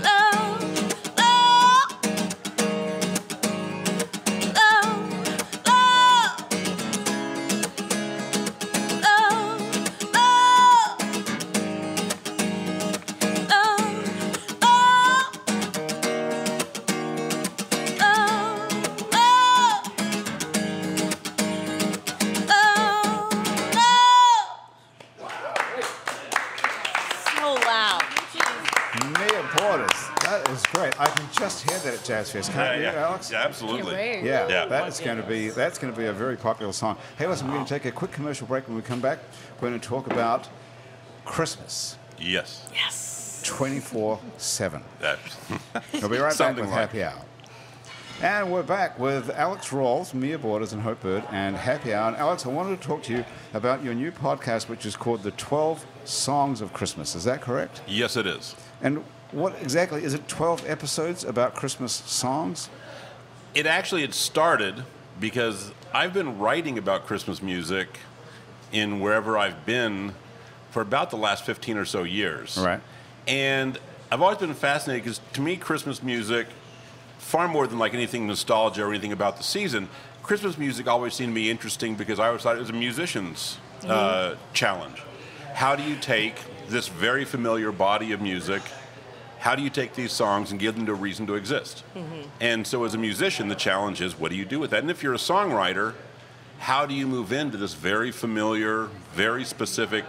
Speaker 2: Love, love, love, love.
Speaker 1: Mia Portis. That is great. I can just hear that at Jazz Fest, can't you, Alex?
Speaker 3: yeah, absolutely.
Speaker 5: Can't wait.
Speaker 1: Yeah,
Speaker 3: Yeah.
Speaker 1: that is going to be that's going to be a very popular song. Hey, listen, we're going to take a quick commercial break. When we come back, we're going to talk about Christmas,
Speaker 3: Yes.
Speaker 1: twenty-four seven.
Speaker 3: That.
Speaker 1: We'll be right back
Speaker 3: Something
Speaker 1: with
Speaker 3: like-
Speaker 1: Happy Hour. And we're back with Alex Rawls, Mia Borders, and Hope Bird, and Happy Hour. And Alex, I wanted to talk to you about your new podcast, which is called "The Twelve Songs of Christmas." Is that correct?
Speaker 3: yes, it is.
Speaker 1: And what exactly is it? Twelve episodes about Christmas songs.
Speaker 3: It actually it started because I've been writing about Christmas music in wherever I've been for about the last 15 or so years.
Speaker 1: Right.
Speaker 3: And I've always been fascinated because to me Christmas music far more than like anything nostalgia or anything about the season, Christmas music always seemed to be interesting because I always thought it was a musician's uh, challenge. How do you take this very familiar body of music? How do you take these songs and give them to a reason to exist? And so, as a musician, the challenge is what do you do with that? And if you're a songwriter, how do you move into this very familiar, very specific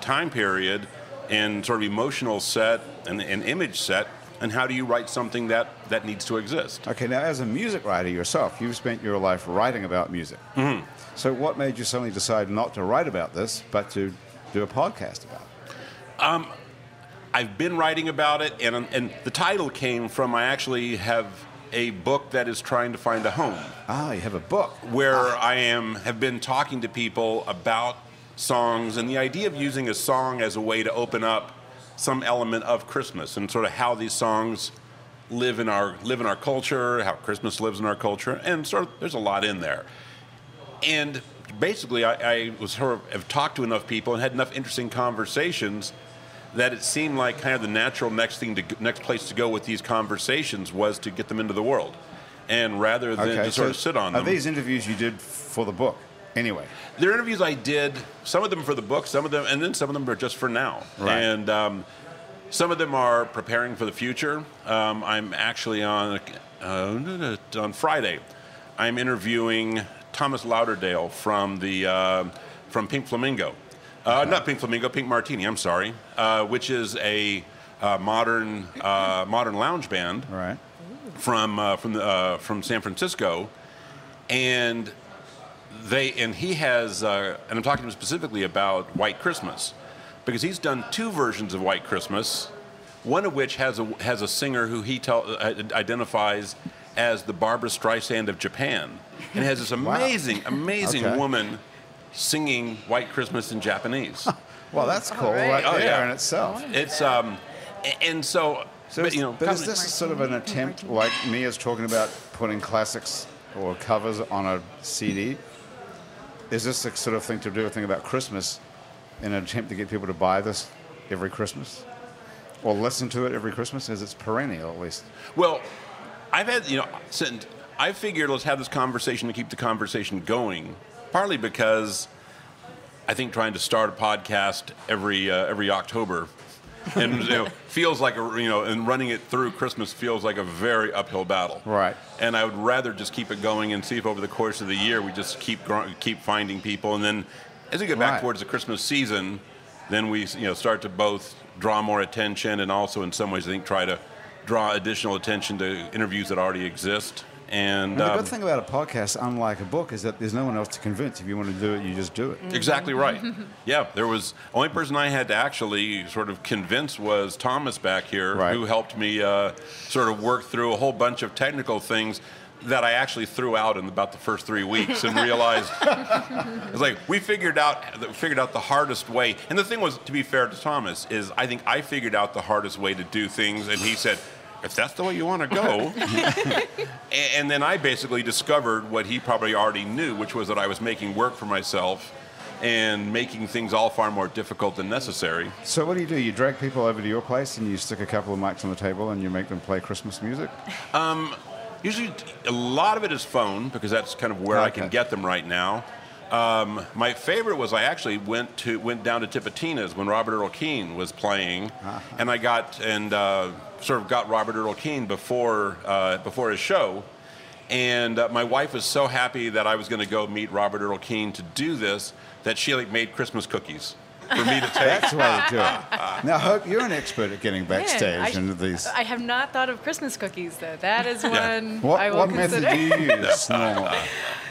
Speaker 3: time period and sort of emotional set and, and image set? And how do you write something that, that needs to exist?
Speaker 1: Okay, now as a music writer yourself, you've spent your life writing about music. Mm-hmm. So, what made you suddenly decide not to write about this, but to do a podcast about it?
Speaker 3: Um, I've been writing about it, and and the title came from I actually have a book that is trying to find a home,
Speaker 1: Ah, you have a book.
Speaker 3: where I am have been talking to people about songs and the idea of using a song as a way to open up some element of Christmas and sort of how these songs live in our live in our culture, how Christmas lives in our culture, and sort of there's a lot in there. And basically, I, I was sort of have talked to enough people and had enough interesting conversations that it seemed like kind of the natural next thing to next place to go with these conversations was to get them into the world, and rather than
Speaker 1: Okay,
Speaker 3: to sort
Speaker 1: so
Speaker 3: of sit on
Speaker 1: are
Speaker 3: them.
Speaker 1: these interviews you did for the book? Anyway,
Speaker 3: They're interviews I did, some of them for the book, some of them, and then some of them are just for now.
Speaker 1: Right.
Speaker 3: And um, some of them are preparing for the future. Um, I'm actually on uh, on Friday. I'm interviewing Thomas Lauderdale from the uh, from Pink Flamingo, uh, not Pink Flamingo, Pink Martini. I'm sorry, uh, which is a uh, modern uh, modern lounge band
Speaker 1: all right.
Speaker 3: from uh, from the, uh, from San Francisco, and they and he has uh, and I'm talking to him specifically about White Christmas because he's done two versions of White Christmas, one of which has a has a singer who he tell, uh, identifies as the Barbara Streisand of Japan, and has this amazing amazing
Speaker 1: Okay.
Speaker 3: woman singing White Christmas in Japanese.
Speaker 1: Well, that's cool
Speaker 5: right.
Speaker 1: right,
Speaker 3: Oh,
Speaker 1: there
Speaker 3: yeah.
Speaker 1: in itself.
Speaker 3: It's um, a- and so,
Speaker 1: So
Speaker 3: but
Speaker 1: is-
Speaker 3: you know,
Speaker 1: but is
Speaker 3: covenant-
Speaker 1: this sort of an attempt, like Mia's talking about putting classics or covers on a CD? Is this the sort of thing to do a thing about Christmas, in an attempt to get people to buy this every Christmas, or listen to it every Christmas, as it's perennial at least?
Speaker 3: Well, I've had, you know, since I figured let's have this conversation to keep the conversation going, partly because I think trying to start a podcast every uh, every October and you know, feels like a you know and running it through Christmas feels like a very uphill battle.
Speaker 1: Right.
Speaker 3: And I would rather just keep it going and see if over the course of the year we just keep gro- keep finding people and then as we get back
Speaker 1: Right.
Speaker 3: towards the Christmas season, then we you know start to both draw more attention and also in some ways I think try to draw additional attention to interviews that already exist. And,
Speaker 1: And the
Speaker 3: um,
Speaker 1: good thing about a podcast, unlike a book, is that there's no one else to convince. If you want to do it, you just do it.
Speaker 3: Exactly right. yeah, there was only person I had to actually sort of convince was Thomas back here,
Speaker 1: Right.
Speaker 3: who helped me uh, sort of work through a whole bunch of technical things that I actually threw out in about the first three weeks and realized it's like we figured out figured out the hardest way. And the thing was, to be fair to Thomas, is I think I figured out the hardest way to do things, and he said. If that's the way you want to go, A- And then I basically discovered what he probably already knew, which was that I was making work for myself and making things all far more difficult than necessary.
Speaker 1: So what do you do? You drag people over to your place and you stick a couple of mics on the table and you make them play Christmas music.
Speaker 3: Usually, t- a lot of it is phone because that's kind of where I can
Speaker 1: Okay.
Speaker 3: get them right now. Um, my favorite was I actually went to went down to Tipitina's when Robert Earl Keane was playing, and I got and uh, sort of got Robert Earl Keane before uh, before his show, and uh, my wife was so happy that I was going to go meet Robert Earl Keane to do this that she like made Christmas cookies for me to take.
Speaker 1: That's the way to do it. Now, Hope, you're an expert at getting
Speaker 5: Man,
Speaker 1: backstage
Speaker 5: I,
Speaker 1: into these.
Speaker 5: I have not thought of Christmas cookies though. That is one
Speaker 1: what
Speaker 5: I will
Speaker 1: what
Speaker 5: consider.
Speaker 1: method do you use normally?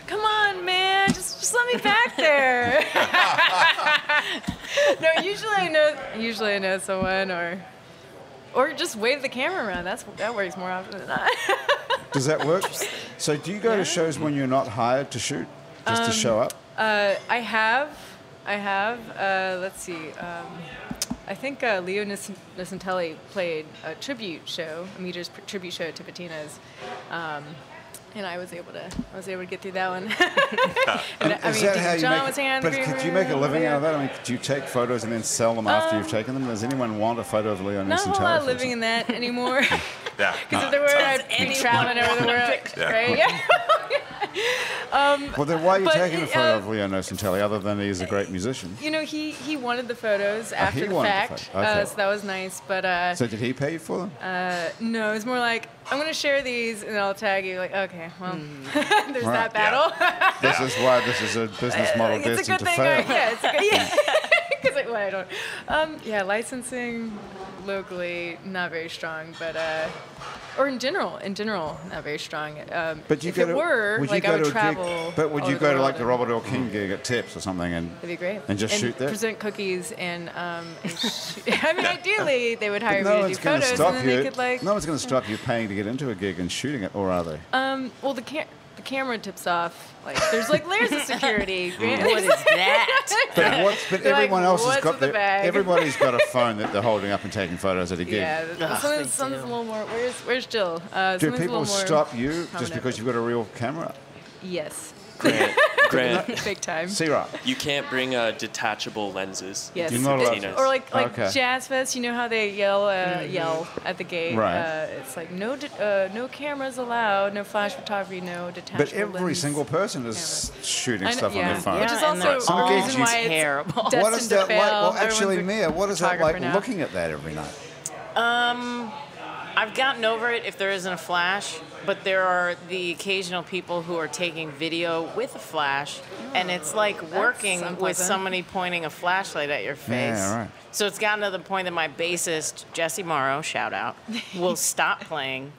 Speaker 5: Come on, man, just just let me back there. no, usually I know usually I know someone or or just wave the camera around. That's that works more often than not.
Speaker 1: Does that work? So, do you go to shows when you're not hired to shoot, just to show up?
Speaker 5: Uh, I have, I have. Uh, let's see. Um, I think uh, Leo Nis- Nicentelli played a tribute show, a meters pr- tribute show to Bettina's, um, and I was able to, I was able to get through that one. And, I
Speaker 1: Is
Speaker 5: mean,
Speaker 1: that how you
Speaker 5: John
Speaker 1: make?
Speaker 5: was hanging out in
Speaker 1: but
Speaker 5: the green
Speaker 1: could you make a
Speaker 5: room,
Speaker 1: living
Speaker 5: yeah.
Speaker 1: out of that? I mean, do you take photos and then sell them after you've taken them? Does anyone want a photo of Leon
Speaker 5: Um, Not a
Speaker 1: Neeson
Speaker 5: whole
Speaker 1: Taylor,
Speaker 5: lot
Speaker 1: for
Speaker 5: living in that anymore.
Speaker 3: Yeah.
Speaker 5: Because if there were, I'd be traveling over the world,
Speaker 3: Yeah.
Speaker 5: right? Yeah.
Speaker 1: example? Well, then why are you
Speaker 5: But,
Speaker 1: taking a photo
Speaker 5: uh,
Speaker 1: of Leon Neeson other than he's a great musician?
Speaker 5: You know, he, he wanted the photos after the
Speaker 1: Oh, wanted the
Speaker 5: fact,
Speaker 1: photo. Okay.
Speaker 5: uh, so that was nice. But uh,
Speaker 1: So, did he pay you for them?
Speaker 5: No, it's more like I'm gonna share these and I'll tag you. Like, okay, well, there's
Speaker 1: Right.
Speaker 5: that battle.
Speaker 1: This is why this is a business model
Speaker 5: uh, it's a
Speaker 1: destined to
Speaker 5: good thing.
Speaker 1: fail.
Speaker 5: I, yeah, it's a good. Yeah, because like, well, I don't. Um, yeah, licensing locally not very strong, but uh, or in general, in general, not very strong. Um,
Speaker 1: But you
Speaker 5: if
Speaker 1: go
Speaker 5: it
Speaker 1: to,
Speaker 5: were,
Speaker 1: would you
Speaker 5: like,
Speaker 1: go
Speaker 5: I would
Speaker 1: to a
Speaker 5: travel.
Speaker 1: Gig, but would
Speaker 5: all
Speaker 1: you
Speaker 5: over
Speaker 1: go to
Speaker 5: world
Speaker 1: like the
Speaker 5: and-
Speaker 1: Robert Earl King gig at Tips or something and
Speaker 5: That'd be great.
Speaker 1: and just shoot there?
Speaker 5: Present cookies and um. And sh- I mean, ideally, they would hire
Speaker 1: no
Speaker 5: me to do
Speaker 1: one's going to
Speaker 5: photos,
Speaker 1: stop
Speaker 5: and then
Speaker 1: you.
Speaker 5: they could like.
Speaker 1: no one's going to stop you paying to get into a gig and shooting it, or are they?
Speaker 5: Um, well, the cam- the camera tips off. Like, there's like layers of security.
Speaker 1: Mm.
Speaker 5: Grant.
Speaker 2: What is that?
Speaker 1: But, what's, but
Speaker 5: They're like,
Speaker 1: everyone else has
Speaker 5: "What's
Speaker 1: got
Speaker 5: in the
Speaker 1: their,
Speaker 5: bag?"
Speaker 1: everybody's got a phone that they're holding up and taking photos at a gig.
Speaker 5: yeah, th-
Speaker 2: Ugh, they
Speaker 5: something's, something's a
Speaker 2: do.
Speaker 5: little more. Where's Where's Jill? Uh,
Speaker 1: Do
Speaker 5: something's a
Speaker 1: people
Speaker 5: little more
Speaker 1: stop you just
Speaker 5: prominent.
Speaker 1: because you've got a real camera?
Speaker 5: Yes,
Speaker 4: Grant, Grant,
Speaker 5: big time.
Speaker 1: See right.
Speaker 4: you can't bring uh, detachable lenses.
Speaker 5: Yes,
Speaker 1: You're not allowed
Speaker 5: Th-
Speaker 4: to.
Speaker 5: or like like
Speaker 1: Okay.
Speaker 5: jazz fest. You know how they yell uh, yell at the gate.
Speaker 1: Right.
Speaker 5: Uh, it's like no de- uh, no cameras allowed, no flash photography, no detachable.
Speaker 1: But every
Speaker 5: lens.
Speaker 1: single person is shooting
Speaker 5: I know-
Speaker 1: stuff on
Speaker 5: yeah.
Speaker 1: their phone.
Speaker 5: Which
Speaker 2: Yeah,
Speaker 5: is
Speaker 2: and
Speaker 5: also
Speaker 2: they're
Speaker 5: the
Speaker 1: all
Speaker 5: reason why it's
Speaker 2: terrible. What
Speaker 5: destined
Speaker 1: What is that
Speaker 5: to
Speaker 1: like?
Speaker 5: fail.
Speaker 1: Well,
Speaker 5: Everyone's
Speaker 1: actually,
Speaker 5: a
Speaker 1: Mia, what is that like
Speaker 5: photographer now.
Speaker 1: looking at that every night?
Speaker 2: I've gotten over it if there isn't a flash, but there are the occasional people who are taking video with a flash, and it's like working with
Speaker 5: unpleasant.
Speaker 2: somebody pointing a flashlight at your face.
Speaker 1: Yeah, right.
Speaker 2: So it's gotten to the point that my bassist, Jesse Morrow, shout out, will stop playing,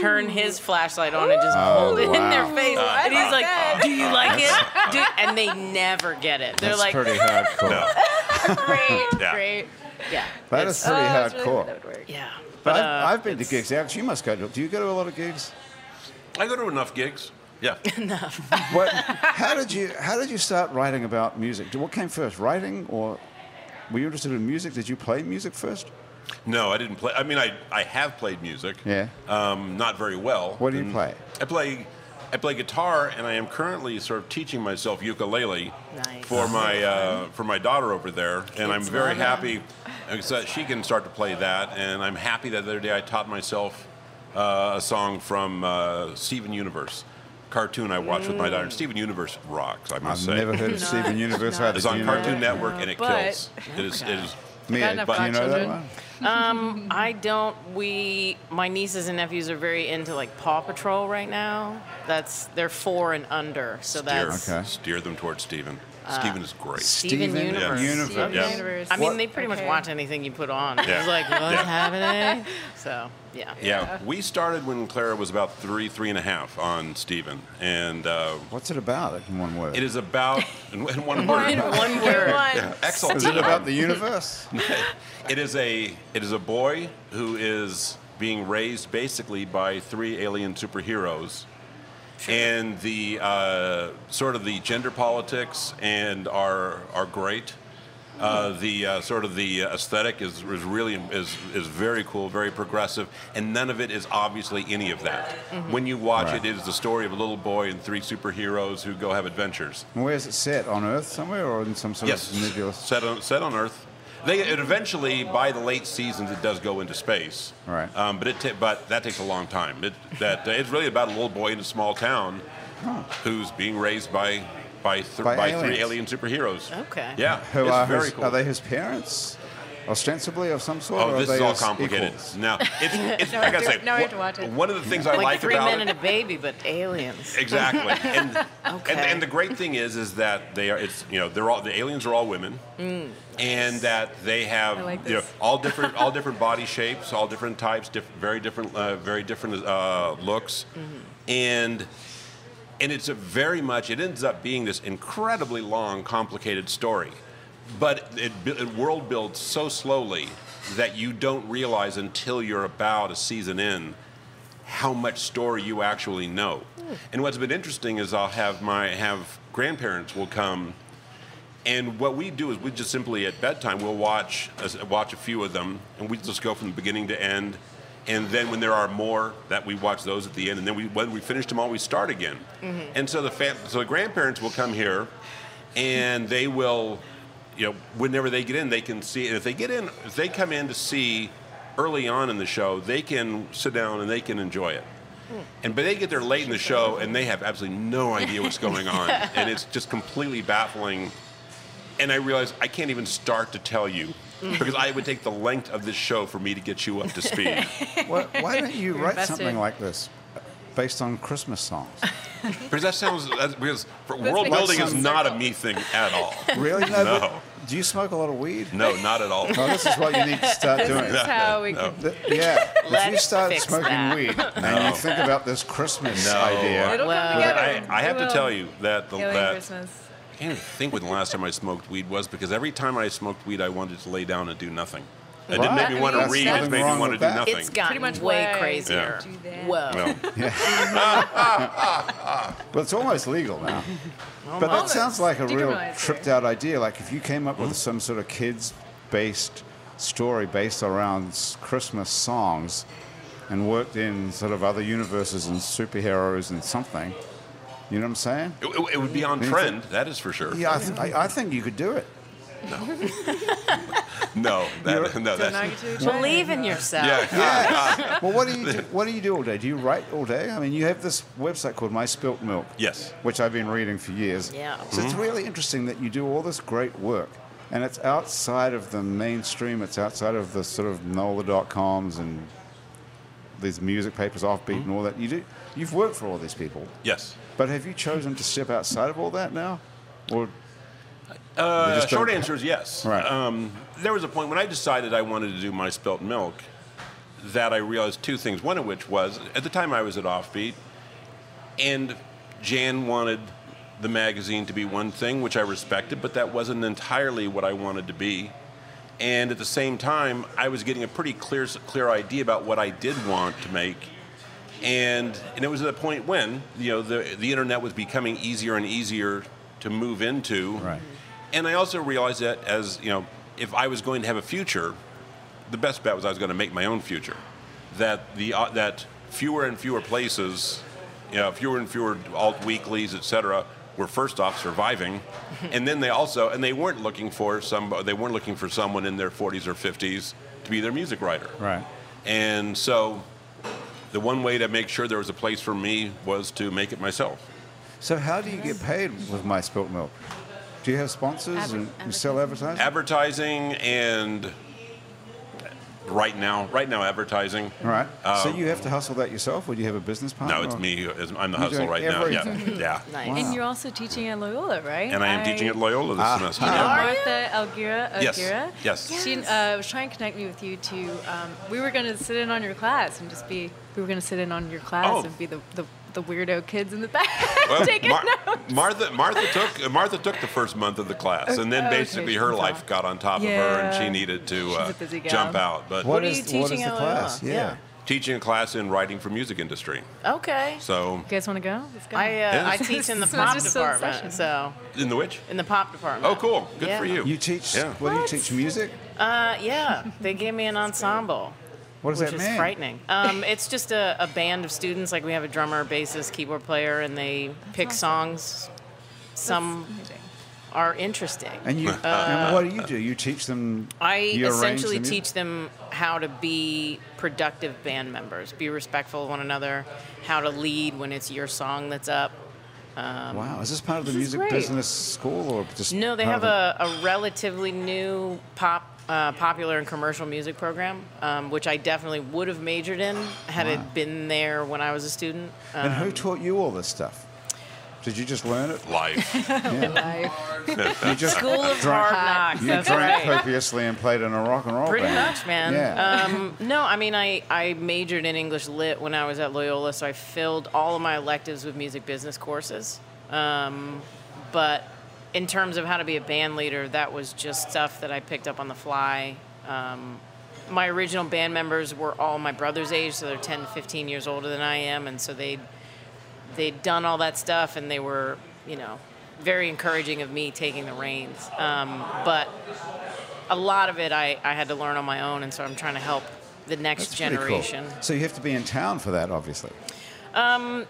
Speaker 2: turn his flashlight on, and just
Speaker 1: Ooh.
Speaker 2: hold it in their
Speaker 1: Oh, Wow.
Speaker 2: face.
Speaker 5: Ooh, I
Speaker 2: and he's
Speaker 5: like
Speaker 2: like,
Speaker 5: that.
Speaker 2: Do you like it? Do, and they never get it. They're
Speaker 1: That's
Speaker 2: like,
Speaker 1: pretty hardcore.
Speaker 5: great,
Speaker 3: Yeah.
Speaker 5: great.
Speaker 2: Yeah.
Speaker 1: That
Speaker 2: It's-
Speaker 1: is pretty
Speaker 5: Oh, that's really-
Speaker 1: hardcore.
Speaker 5: that would work.
Speaker 2: Yeah.
Speaker 1: But
Speaker 2: uh,
Speaker 1: I've, I've been to
Speaker 2: it's-
Speaker 1: gigs. Alex, you must go to. Do you go to a lot of gigs?
Speaker 3: I go to enough gigs. Yeah.
Speaker 1: What, how did you How did you start writing about music? Do- What came first, writing or were you interested in music? Did you play music first?
Speaker 3: No, I didn't play. I mean, I, I have played music.
Speaker 1: Yeah.
Speaker 3: Um, not very well.
Speaker 1: What do you
Speaker 3: And
Speaker 1: play?
Speaker 3: I play I play guitar, and I am currently sort of teaching myself ukulele
Speaker 2: Nice.
Speaker 3: for my uh, for my daughter over there, and I'm
Speaker 2: Kids
Speaker 3: very
Speaker 2: love that.
Speaker 3: happy uh, so that she can start to play that. And I'm happy that the other day I taught myself uh, a song from uh, Steven Universe cartoon I watched with my
Speaker 2: Mm.
Speaker 3: daughter. Steven Universe rocks, I
Speaker 1: I've
Speaker 3: must say.
Speaker 1: never heard of
Speaker 5: Not-
Speaker 1: Steven Universe. How
Speaker 5: not-
Speaker 3: it's
Speaker 1: did
Speaker 3: on
Speaker 1: you know
Speaker 3: Cartoon
Speaker 1: that?
Speaker 3: Network, and it
Speaker 5: But-
Speaker 3: kills. It is. It is
Speaker 5: Got
Speaker 1: Mia,
Speaker 5: enough
Speaker 1: do you know that
Speaker 5: grandchildren.
Speaker 1: one?
Speaker 2: I don't. We, my nieces and nephews are very into like Paw Patrol right now. That's they're four and under, so
Speaker 3: steer,
Speaker 2: that's Uh,
Speaker 1: Okay.
Speaker 3: steer them towards Steven. Steven is great.
Speaker 2: Steven,
Speaker 1: Steven
Speaker 2: Universe.
Speaker 1: Universe.
Speaker 5: Steven
Speaker 3: Yeah.
Speaker 5: Universe.
Speaker 2: I
Speaker 1: What-
Speaker 2: mean, they pretty much
Speaker 5: Okay.
Speaker 2: watch anything you put on.
Speaker 3: Yeah.
Speaker 2: It's like what's
Speaker 3: Yeah.
Speaker 2: happening. So yeah.
Speaker 3: Yeah, we started when Clara was about three, three and a half on Steven, and uh,
Speaker 1: What's it about in one word?
Speaker 3: it is about in, in one
Speaker 2: In
Speaker 3: word.
Speaker 2: one word.
Speaker 3: Yeah, excellent.
Speaker 1: Is it about the universe?
Speaker 3: It is a it is a boy who is being raised basically by three alien superheroes, and the uh, sort of the gender politics and are are great. Uh, the uh, sort of the aesthetic is, is really is, is very cool, very progressive, and none of it is obviously any of that. When you watch
Speaker 1: Right.
Speaker 3: it, it is the story of a little boy and three superheroes who go have adventures.
Speaker 1: And Where is it set? On Earth somewhere or in some sort
Speaker 3: Yes,
Speaker 1: of nebulous?
Speaker 3: set on set on Earth. They it eventually, by the late seasons, it does go into space.
Speaker 1: Right.
Speaker 3: Um, but it ta- but that takes a long time. It, that uh, it's really about a little boy in a small town who's being raised by by th-
Speaker 1: By
Speaker 3: by, three alien
Speaker 1: aliens.
Speaker 3: superheroes.
Speaker 2: Okay.
Speaker 3: Yeah.
Speaker 1: Who
Speaker 3: it's
Speaker 1: are,
Speaker 3: very
Speaker 1: his,
Speaker 3: cool.
Speaker 1: are they his parents? Ostensibly of some sort? or
Speaker 3: Oh,
Speaker 1: are
Speaker 3: this
Speaker 1: they
Speaker 3: is all
Speaker 1: his
Speaker 3: complicated.
Speaker 1: equals?
Speaker 3: Now, it's, it's
Speaker 5: Now I
Speaker 3: I gotta
Speaker 5: have to-
Speaker 3: say,
Speaker 5: now I have to
Speaker 3: one-
Speaker 5: watch it.
Speaker 3: One of the things I
Speaker 2: Like,
Speaker 3: like
Speaker 2: three
Speaker 3: about
Speaker 2: men
Speaker 3: it,
Speaker 2: and a baby, but aliens.
Speaker 3: Exactly. And, and
Speaker 2: Okay.
Speaker 3: and the great thing is is that they are it's you know they're all the aliens are all women. And that they have
Speaker 5: I like
Speaker 3: you know,
Speaker 5: this.
Speaker 3: all different all different body shapes, all different types, diff- very different uh, very different uh, looks.
Speaker 5: Mm-hmm.
Speaker 3: And and it's a very much it ends up being this incredibly long complicated story but it, bu- it world builds so slowly that you don't realize until you're about a season in how much story you actually know
Speaker 5: Hmm.
Speaker 3: and what's been interesting is i'll have my have grandparents will come and what we do is we just simply at bedtime we'll watch uh, watch a few of them, and we just go from the beginning to end. And then when there are more, that we watch those at the end. And then we, when we finish them all, we start again. And so the fam- so the grandparents will come here, and they will, you know, whenever they get in, they can see. And if they get in, if they come in to see early on in the show, they can sit down and they can enjoy it. And but they get there late in the show, and they have absolutely no idea what's going on, and it's just completely baffling and I realized I can't even start to tell you because I would take the length of this show for me to get you up to speed.
Speaker 1: Why, why don't you write
Speaker 5: invested.
Speaker 1: something like this uh, based on Christmas songs?
Speaker 3: because that sounds that's, because for
Speaker 5: That's
Speaker 3: world
Speaker 5: because
Speaker 3: building is
Speaker 5: some-
Speaker 3: not a me thing at all.
Speaker 1: Really?
Speaker 3: No.
Speaker 1: but Do you smoke a lot of weed?
Speaker 3: No, not at all.
Speaker 1: Oh, this is what you need to start doing.
Speaker 5: This is how we
Speaker 3: No.
Speaker 5: can.
Speaker 1: Th- yeah. if you
Speaker 2: Let's
Speaker 1: start
Speaker 2: fix
Speaker 1: smoking
Speaker 2: that.
Speaker 1: weed and you think about this Christmas
Speaker 3: No.
Speaker 1: idea,
Speaker 5: It'll
Speaker 2: Well,
Speaker 5: come
Speaker 3: But
Speaker 5: together.
Speaker 3: I, I have
Speaker 5: It
Speaker 3: to
Speaker 5: will.
Speaker 3: tell you that the
Speaker 5: Alien
Speaker 3: that,
Speaker 5: Christmas.
Speaker 3: I can't even think when the last time I smoked weed was because every time I smoked weed, I wanted to lay down and do nothing. It didn't make me
Speaker 5: What?
Speaker 3: want to
Speaker 5: There's
Speaker 3: read. It
Speaker 5: nothing
Speaker 3: made me
Speaker 1: wrong
Speaker 3: want to
Speaker 1: with
Speaker 3: do
Speaker 1: that.
Speaker 3: nothing.
Speaker 2: It's gotten
Speaker 5: Pretty much
Speaker 2: way
Speaker 5: why I
Speaker 2: crazier.
Speaker 5: do that.
Speaker 2: Whoa.
Speaker 3: Well,
Speaker 1: well, it's almost legal now. But that
Speaker 5: Almost.
Speaker 1: sounds like a real
Speaker 5: Decriminalized here.
Speaker 1: tripped out idea. Like if you came up
Speaker 3: Hmm?
Speaker 1: with some sort of kids based story based around s- Christmas songs and worked in sort of other universes and superheroes and something, you know what I'm saying?
Speaker 3: it, it- it would be on
Speaker 1: Anything?
Speaker 3: trend. That is for sure.
Speaker 1: Yeah, I, th- I, I think you could do it.
Speaker 3: No, that, no,
Speaker 5: Don't knock
Speaker 3: that's
Speaker 5: it till you try it.
Speaker 2: Believe in yourself.
Speaker 3: yeah.
Speaker 1: Yeah. well, what do you do, what do you do all day? Do you write all day? I mean, you have this website called My Spilt Milk.
Speaker 3: Yes.
Speaker 1: Which I've been reading for years.
Speaker 2: Yeah.
Speaker 1: So
Speaker 3: Mm-hmm.
Speaker 1: it's really interesting that you do all this great work, and it's outside of the mainstream. It's outside of the sort of NOLA.coms and these music papers, offbeat,
Speaker 3: Mm-hmm.
Speaker 1: and all that. You do. You've worked for all these people,
Speaker 3: Yes.
Speaker 1: but have you chosen to step outside of all that now, or
Speaker 3: Uh,
Speaker 1: just
Speaker 3: short
Speaker 1: don't-
Speaker 3: answer is yes.
Speaker 1: Right.
Speaker 3: Um, there was a point when I decided I wanted to do my spilt milk that I realized two things. One of which was at the time I was at Offbeat, and Jan wanted the magazine to be one thing, which I respected, but that wasn't entirely what I wanted to be. And at the same time, I was getting a pretty clear clear idea about what I did want to make and and it was at a point when you know the the internet was becoming easier and easier to move into
Speaker 1: Right.
Speaker 3: and i also realized that as you know if I was going to have a future, the best bet was I was going to make my own future. That the uh, that fewer and fewer places, you know, fewer and fewer alt weeklies, etc., were first off surviving, and then they also and they weren't looking for some they weren't looking for someone in their 40s or 50s to be their music writer.
Speaker 1: Right.
Speaker 3: And so, the one way to make sure there was a place for me was to make it myself.
Speaker 1: So how do you get paid with My Spilt Milk? Do you have sponsors
Speaker 5: Adver-
Speaker 1: and you sell advertising?
Speaker 3: Advertising and right now, right now advertising.
Speaker 1: All right. so
Speaker 3: Um,
Speaker 1: you have to hustle that yourself, or do you have a business partner?
Speaker 3: No, it's
Speaker 1: or-
Speaker 3: me. who is- I'm the
Speaker 1: You're
Speaker 3: hustle
Speaker 1: doing
Speaker 3: right now. Yeah,
Speaker 1: everything.
Speaker 3: yeah.
Speaker 6: Nice.
Speaker 1: Wow.
Speaker 5: And you're also teaching at Loyola, right?
Speaker 3: And I am teaching at Loyola this
Speaker 1: Ah.
Speaker 3: semester.
Speaker 1: Ah.
Speaker 3: yeah.
Speaker 5: Uh, Martha Algira.
Speaker 3: Yes.
Speaker 5: Algira.
Speaker 3: Yes.
Speaker 5: She uh, was trying to connect me with you to. Um, we were going to sit in on your class and just be. We were going to sit in on your class
Speaker 3: Oh.
Speaker 5: and be the, the, the weirdo kids in the back
Speaker 3: Well,
Speaker 5: taking
Speaker 3: Mar-
Speaker 5: notes.
Speaker 3: Martha, Martha took Martha took the first month of the class, and then
Speaker 5: Oh, Okay,
Speaker 3: basically
Speaker 5: she's
Speaker 3: her
Speaker 5: off.
Speaker 3: life got on top of her, and
Speaker 5: Yeah.
Speaker 3: she needed to
Speaker 5: She's
Speaker 3: uh,
Speaker 5: a busy gal.
Speaker 3: jump out.
Speaker 1: is-
Speaker 3: But
Speaker 6: are you
Speaker 1: what is
Speaker 6: teaching
Speaker 1: the
Speaker 6: at
Speaker 1: class?
Speaker 6: Loyola?
Speaker 1: Yeah.
Speaker 3: teaching a class in writing for music industry,
Speaker 6: Okay.
Speaker 3: so
Speaker 5: You guys want to go? Let's go.
Speaker 6: I, uh, I
Speaker 3: This
Speaker 6: teach in the
Speaker 5: is
Speaker 6: pop
Speaker 5: just so session.
Speaker 6: department, so
Speaker 3: in the witch.
Speaker 6: in the pop department.
Speaker 3: Oh, cool! Good
Speaker 6: Yeah.
Speaker 3: for you.
Speaker 1: You teach.
Speaker 3: Yeah.
Speaker 1: What, do you teach? Music.
Speaker 6: Uh, yeah, they gave me an ensemble,
Speaker 1: What does
Speaker 6: which
Speaker 1: that
Speaker 6: is
Speaker 1: mean?
Speaker 6: frightening. Um, it's just a, a band of students. Like we have a drummer, bassist, keyboard player, and they pick songs. Some are interesting.
Speaker 1: And you. and what do you do? You teach them.
Speaker 6: I
Speaker 1: you arrange
Speaker 6: essentially
Speaker 1: the music?
Speaker 6: teach them how to be productive band members, be respectful of one another, how to lead when it's your song that's up.
Speaker 1: Wow. Is this part of the
Speaker 5: This is
Speaker 1: music
Speaker 5: great.
Speaker 1: business school or just?
Speaker 6: No, they
Speaker 1: part
Speaker 6: have
Speaker 1: of
Speaker 6: a, a relatively new pop, uh, popular and commercial music program, um, which I definitely would have majored in had it been there when I was a um, student. Uh,
Speaker 1: the- and who taught you all this stuff? Did you just learn it?
Speaker 3: Life.
Speaker 1: You just
Speaker 6: School of
Speaker 1: drank,
Speaker 6: Hard Knocks.
Speaker 1: You
Speaker 6: that's
Speaker 1: drank
Speaker 6: right.
Speaker 1: copiously and played in a rock and roll
Speaker 6: Pretty
Speaker 1: band.
Speaker 6: much, man.
Speaker 1: Yeah.
Speaker 6: Um, no, I mean, I, I majored in English Lit when I was at Loyola, so I filled all of my electives with music business courses. Um, but in terms of how to be a band leader, that was just stuff that I picked up on the fly. Um, my original band members were all my brother's age, so they're 10 to 15 years older than I am, and so they'd they'd done all that stuff and they were, you know, very encouraging of me taking the reins. Um, but a lot of it I, I had to learn on my own, and so I'm trying to help the next
Speaker 1: That's pretty cool.
Speaker 6: generation.
Speaker 1: So you have to be in town for that, obviously.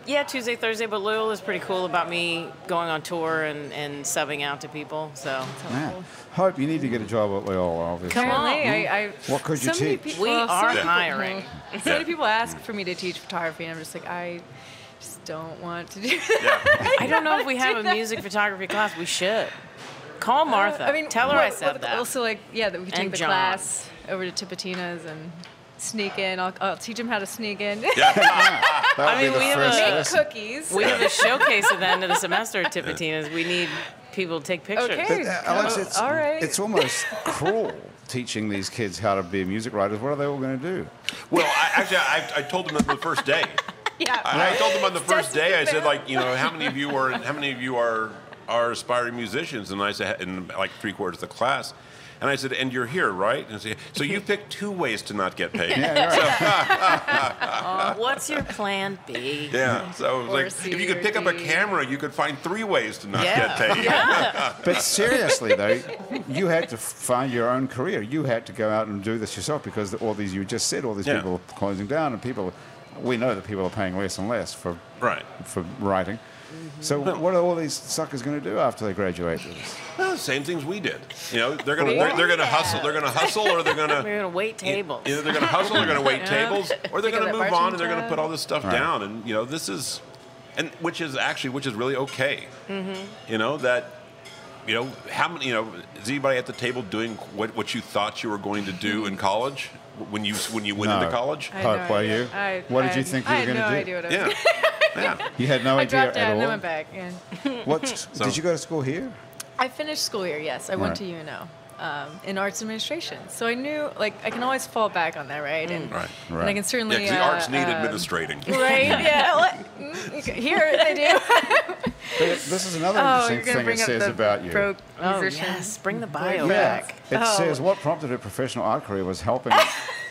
Speaker 6: Yeah, Tuesday, Thursday, but Loyola is pretty cool about me going on tour and, and subbing out to people. So
Speaker 1: Yeah. Hope you need to get a job at Loyola, obviously.
Speaker 6: Come on.
Speaker 5: Apparently, I, I,
Speaker 1: What could you
Speaker 5: so many
Speaker 1: teach?
Speaker 5: peo-
Speaker 6: We
Speaker 5: well, so
Speaker 6: are
Speaker 5: many people-
Speaker 6: hiring.
Speaker 5: So
Speaker 3: Yeah.
Speaker 5: many people ask for me to teach photography, and I'm just like, I just don't want to do that.
Speaker 3: Yeah.
Speaker 6: I don't know if we have a music photography class. We should. Call Martha.
Speaker 5: Uh, I mean,
Speaker 6: tell her
Speaker 5: what-
Speaker 6: I said
Speaker 5: what-
Speaker 6: that.
Speaker 5: Also, like, yeah, that we could
Speaker 6: And
Speaker 5: take the
Speaker 6: John.
Speaker 5: class over to Tipitina's and sneak in. I'll, I'll teach them how to sneak in,
Speaker 3: Yeah.
Speaker 1: I
Speaker 6: mean, we have a-
Speaker 5: make
Speaker 6: Yes.
Speaker 5: cookies.
Speaker 6: we have a showcase at the end of the semester at Tipitina's. We need people to take pictures.
Speaker 5: Okay.
Speaker 1: Uh, Alex, it's,
Speaker 5: All right.
Speaker 1: it's almost cruel teaching these kids how to be music writers. What are they all going to do?
Speaker 3: Well, I, actually, I, I told them on the first day.
Speaker 5: yeah.
Speaker 3: I, I told them on the first
Speaker 5: Doesn't
Speaker 3: day. I said,
Speaker 5: matter.
Speaker 3: like, you know, how many of you are how many of you are are aspiring musicians? And I said, and like three quarters of the class. And I said, and you're here, right? And I said, so you picked two ways to not get paid.
Speaker 1: Yeah, you're right.
Speaker 6: What's your plan B?
Speaker 3: Yeah, so it was
Speaker 5: Or
Speaker 3: like,
Speaker 5: C
Speaker 3: if you could
Speaker 5: or
Speaker 3: pick up a
Speaker 5: D.
Speaker 3: camera, you could find three ways to not
Speaker 6: Yeah.
Speaker 3: get paid.
Speaker 1: But seriously, though, you had to find your own career. You had to go out and do this yourself because the- all these you just said, all these
Speaker 3: Yeah.
Speaker 1: people are closing down, and people, we know that people are paying less and less for
Speaker 3: Right.
Speaker 1: for writing.
Speaker 6: Mm-hmm.
Speaker 1: So what are all these suckers going to do after they graduate?
Speaker 3: Well, same things we did. You know, they're gonna they're, they're gonna hustle. They're gonna hustle, or they're gonna
Speaker 6: We're gonna wait tables.
Speaker 3: Either they're going to hustle, they're going to wait tables, or they're
Speaker 5: Pick up
Speaker 3: going to
Speaker 5: that
Speaker 3: move on and they're
Speaker 5: bartender
Speaker 3: going to put all this stuff
Speaker 1: Right.
Speaker 3: down. And you know, this is, and which is actually which is really okay.
Speaker 5: Mm-hmm.
Speaker 3: You know that, you know how many you know is anybody at the table doing what what you thought you were going to do in college when you when you went
Speaker 1: No.
Speaker 3: into college?
Speaker 5: I had
Speaker 1: Hope,
Speaker 5: no
Speaker 1: were
Speaker 5: idea.
Speaker 1: you?
Speaker 5: I-
Speaker 1: What did
Speaker 5: I
Speaker 1: you
Speaker 5: had-
Speaker 1: think you
Speaker 5: I
Speaker 1: were
Speaker 5: had
Speaker 1: gonna
Speaker 5: no
Speaker 1: do?
Speaker 5: Idea what I, was
Speaker 3: Yeah,
Speaker 5: doing.
Speaker 3: yeah.
Speaker 1: You had no
Speaker 5: I
Speaker 1: idea
Speaker 5: dropped out
Speaker 1: at
Speaker 5: and
Speaker 1: all.
Speaker 5: then went back. Yeah.
Speaker 1: What
Speaker 3: So-
Speaker 1: did you go to school here?
Speaker 5: I finished school year. Yes, I went
Speaker 1: Right.
Speaker 5: to UNO um, in arts administration. So I knew, like, I can always fall back on that, right? And,
Speaker 1: Mm.
Speaker 3: Right.
Speaker 5: and
Speaker 1: Right.
Speaker 5: I can certainly.
Speaker 3: Yeah, 'cause the
Speaker 5: uh,
Speaker 3: arts need
Speaker 5: um,
Speaker 3: administrating.
Speaker 5: Right. Yeah. let- mm, okay, Here they do.
Speaker 1: But it- this is another
Speaker 5: oh, you're
Speaker 1: interesting
Speaker 5: gonna
Speaker 1: thing it
Speaker 5: bring up
Speaker 1: says
Speaker 5: the
Speaker 1: about you.
Speaker 5: broke
Speaker 6: Oh
Speaker 5: musicians.
Speaker 6: yes, bring the bio
Speaker 1: Yeah.
Speaker 6: back.
Speaker 1: It
Speaker 5: Oh.
Speaker 1: says what prompted her professional art career was helping